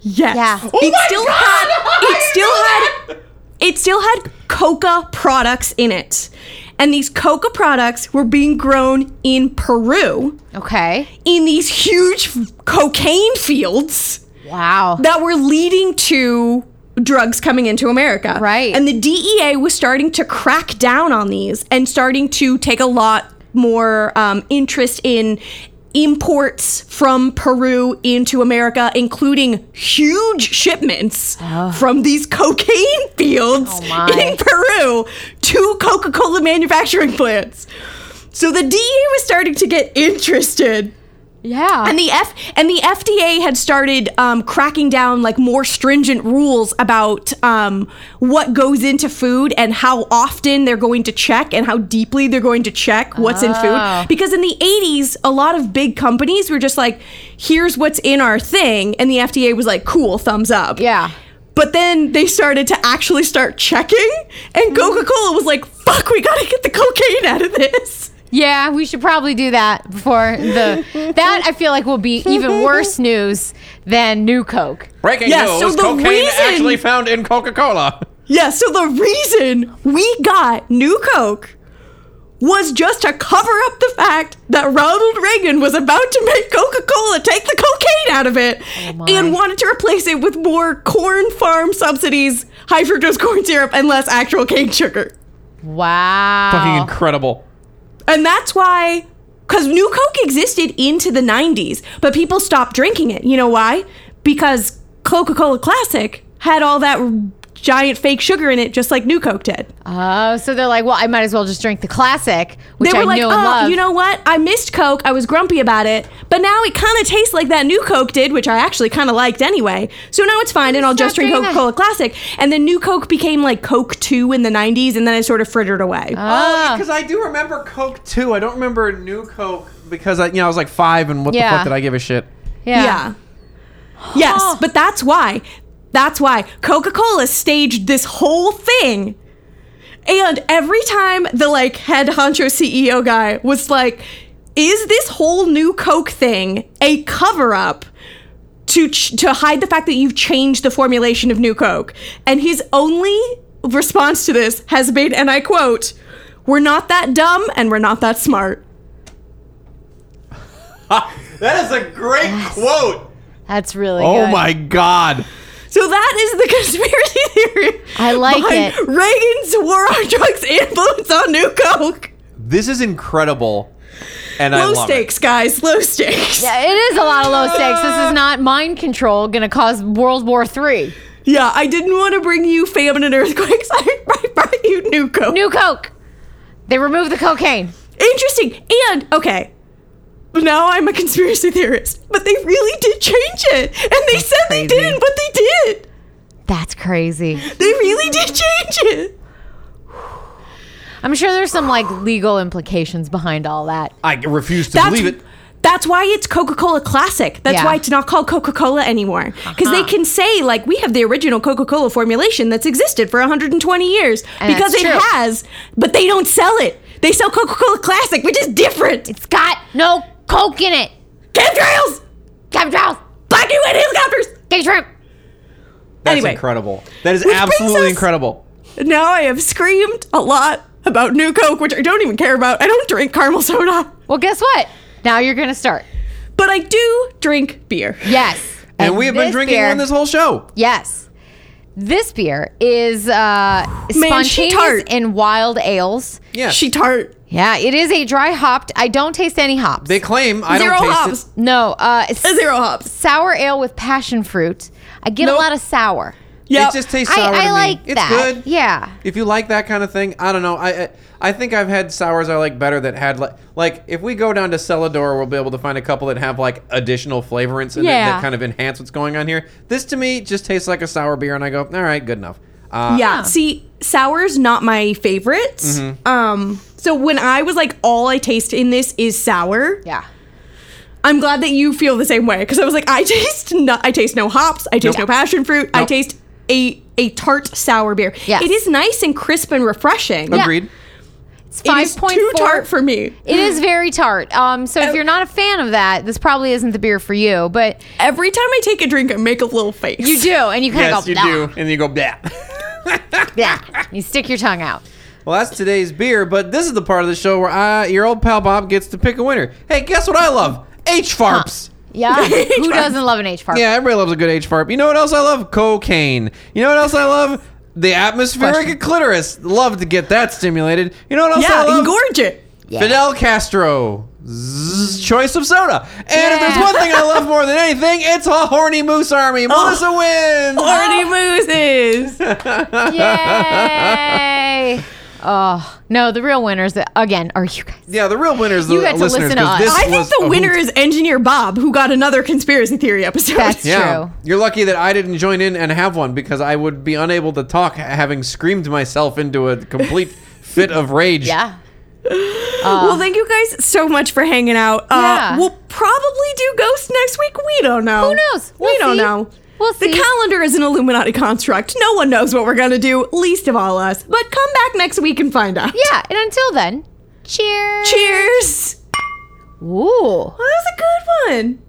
B: Yes.
C: Yeah.
B: it still had it still had it still had coca products in it. And these coca products were being grown in Peru
C: Okay.
B: in these huge f- cocaine fields
C: Wow.
B: that were leading to drugs coming into America.
C: Right.
B: And the DEA was starting to crack down on these and starting to take a lot more um, interest in imports from Peru into America, including huge shipments from these cocaine fields
C: Oh my.
B: in Peru to Coca Cola manufacturing plants. So the DEA was starting to get interested
C: Yeah.
B: and the F and the FDA had started um, cracking down like more stringent rules about um, what goes into food and how often they're going to check and how deeply they're going to check what's in
C: Oh.
B: food. Because in the 80s, a lot of big companies were just like, "Here's what's in our thing," and the FDA was like, "Cool, thumbs up."
C: Yeah.
B: But then they started to actually start checking,
C: Mm.
B: and Coca Cola was like, "Fuck, we gotta get the cocaine out of this."
C: yeah, we should probably do that before the that I feel like will be even worse news than New Coke.
D: Breaking
B: Yeah,
D: news:
B: so the
D: cocaine
B: reason-
D: actually found in Coca-Cola.
B: Yeah, so the reason we got new Coke was just to cover up the fact that Ronald Reagan was about to make Coca Cola take the cocaine out of it
C: my.
B: and wanted to replace it with more corn farm subsidies, high fructose corn syrup, and less actual cane sugar.
C: Wow.
B: Oh.
D: Fucking incredible.
B: And that's why, because New Coke existed into the 90s, but people stopped drinking it. You know why? Because Coca Cola Classic had all that giant fake sugar in it, just like New Coke did.
C: Oh, so they're like, well, I might as well just drink the classic, which
B: they were
C: I
B: like,
C: know
B: oh,
C: and love.
B: you know what? I missed Coke. I was grumpy about it, but now it kind of tastes like that new Coke did, which I actually kind of liked anyway. So now it's fine, and I'll just
C: Stop
B: drink
C: doing
B: Coca
C: that.
B: Cola Classic. And then new Coke became like Coke Two in the '90s, and then I sort of frittered away.
C: Ah.
D: Uh, Because I do remember Coke too. I don't remember New Coke because I, you know I was like five, and what
C: Yeah.
D: the fuck did I give a shit?
C: yeah.
B: Yeah. Yes, but that's why. That's why Coca Cola staged this whole thing. And every time the like head honcho CEO guy was like, is this whole new Coke thing a cover up? To, ch- to hide the fact that you've changed the formulation of New Coke. And his only response to this has been, and I quote, We're not that dumb and we're not that smart.
D: That is a great quote.
C: That's really
D: Oh
C: good.
D: my god.
B: So that is the conspiracy theory.
C: I like
B: behind
C: it.
B: Reagan's war on drugs influence on New Coke.
D: This is incredible, and I
B: Low
D: love
B: stakes, guys. Low stakes. Yeah.
C: Yeah, it is a lot of low stakes. This is not mind control going to cause World War Three.
B: I didn't want to bring you famine and earthquakes. I I brought you New Coke.
C: New Coke. They removed the cocaine.
B: Interesting. And okay. Now I'm a conspiracy theorist, but they really did change it. And they said they
C: crazy.
B: didn't, but they did.
C: That's crazy.
B: They really did change it.
C: I'm sure there's some like legal implications behind all that.
D: it. I refuse to believe it.
B: That's why it's Coca Cola Classic. That's
C: Yeah.
B: why it's not called Coca Cola anymore. Because
C: Uh-huh.
B: they can say, like, we have the original Coca Cola formulation that's existed for 120 years
C: And
B: because
C: that's
B: it
C: true.
B: has, but they don't sell it. They sell Coca Cola Classic, which is different.
C: It's got no coke in it.
B: Chemtrails!
C: Chemtrails.
B: Black and white helicopters!
C: Gay shrimp.
D: That's
B: anyway.
D: incredible. That is
B: Which brings
D: absolutely
B: us-
D: incredible.
B: Now I have screamed a lot about New Coke, which I don't even care about. I don't drink caramel soda,
C: Well, guess what? Now you're going to start.
B: but I do drink beer.
C: Yes.
D: And, we have been
C: this
D: drinking
C: beer-
D: one this whole show.
C: Yes. This beer is uh,
B: Man, she
C: spontaneous
B: tart.
C: in wild ales.
D: Yeah.
B: She tart.
C: Yeah, it is a dry hopped. I don't taste any hops.
D: they claim I
B: Zero
D: don't taste
B: hops.
D: it.
C: no, uh, it's
B: Zero hops.
C: sour ale with passion fruit. I get a
B: Nope.
C: lot of sour.
B: Yeah.
D: It just tastes
C: I,
D: sour to
C: I
D: me.
C: like
D: it's
C: that.
D: good.
C: Yeah.
D: If you like that kind of thing, I don't know. I I, I think I've had sours I like better that had like like if we go down to Celador, we'll be able to find a couple that have like additional flavorants and
C: Yeah.
D: that, that kind of enhance what's going on here. This to me just tastes like a sour beer, and I go, all right, good enough. Uh,
B: Yeah. See, sour's not my favorite.
C: Mm-hmm.
B: Um, so when I was like, all I taste in this is sour.
C: Yeah.
B: I'm glad that you feel the same way because I was like, I taste no, I taste no hops. I taste
D: Nope.
B: no passion fruit. I
D: Nope.
B: taste a a tart sour beer.
C: Yes.
B: It is nice and crisp and refreshing.
D: Agreed.
C: It's
B: It
C: five
B: is
C: point
B: too
C: four.
B: tart for me. Oh.
C: It is very tart. Um, so if you're not a fan of that, this probably isn't the beer for you. But
B: Every time I take a drink, I make a little face.
C: you do, and you kind of
D: Yes,
C: go.
D: you
C: "Nah,
D: do, and you go blah.
C: nah." You stick your tongue out.
D: well, that's today's beer, but this is the part of the show where I, your old pal Bob gets to pick a winner. Hey, guess what I love? H farps.
C: Yeah. Who doesn't love an H part?
D: Yeah, everybody loves a good H farp. You know what else I love? Cocaine. You know what else I love? The atmospheric
C: Question.
D: clitoris. Love to get that stimulated. You know what else
B: yeah,
D: I love?
B: engorge it.
D: Fidel Castro. z- choice of soda. And if there's one thing I love more than anything, it's a horny moose army. Melissa wins.
B: Already mooses.
C: Yay! Oh no, the real winners again are you guys.
D: Yeah, the real winners, the
C: You got to
D: listeners.
C: listen to
D: 'cause
C: us.
D: this
B: I think
D: was
B: the
D: a
B: winner
D: hoot.
B: is Engineer Bob, who got another conspiracy theory episode.
C: That's
D: Yeah,
C: true.
D: you're lucky that I didn't join in and have one because I would be unable to talk, having screamed myself into a complete fit of rage.
C: Yeah.
B: well, thank you guys so much for hanging out.
C: Uh, Yeah.
B: Uh, we'll probably do Ghost next week. We don't know.
C: Who knows?
B: We
C: We'll
B: don't
C: see.
B: know.
C: We'll
B: the
C: see.
B: calendar is an Illuminati construct. No one knows what we're going to do, least of all us. But come back next week and find out.
C: Yeah, and until then, cheers.
B: Cheers.
C: Ooh.
B: Well, that was a good one.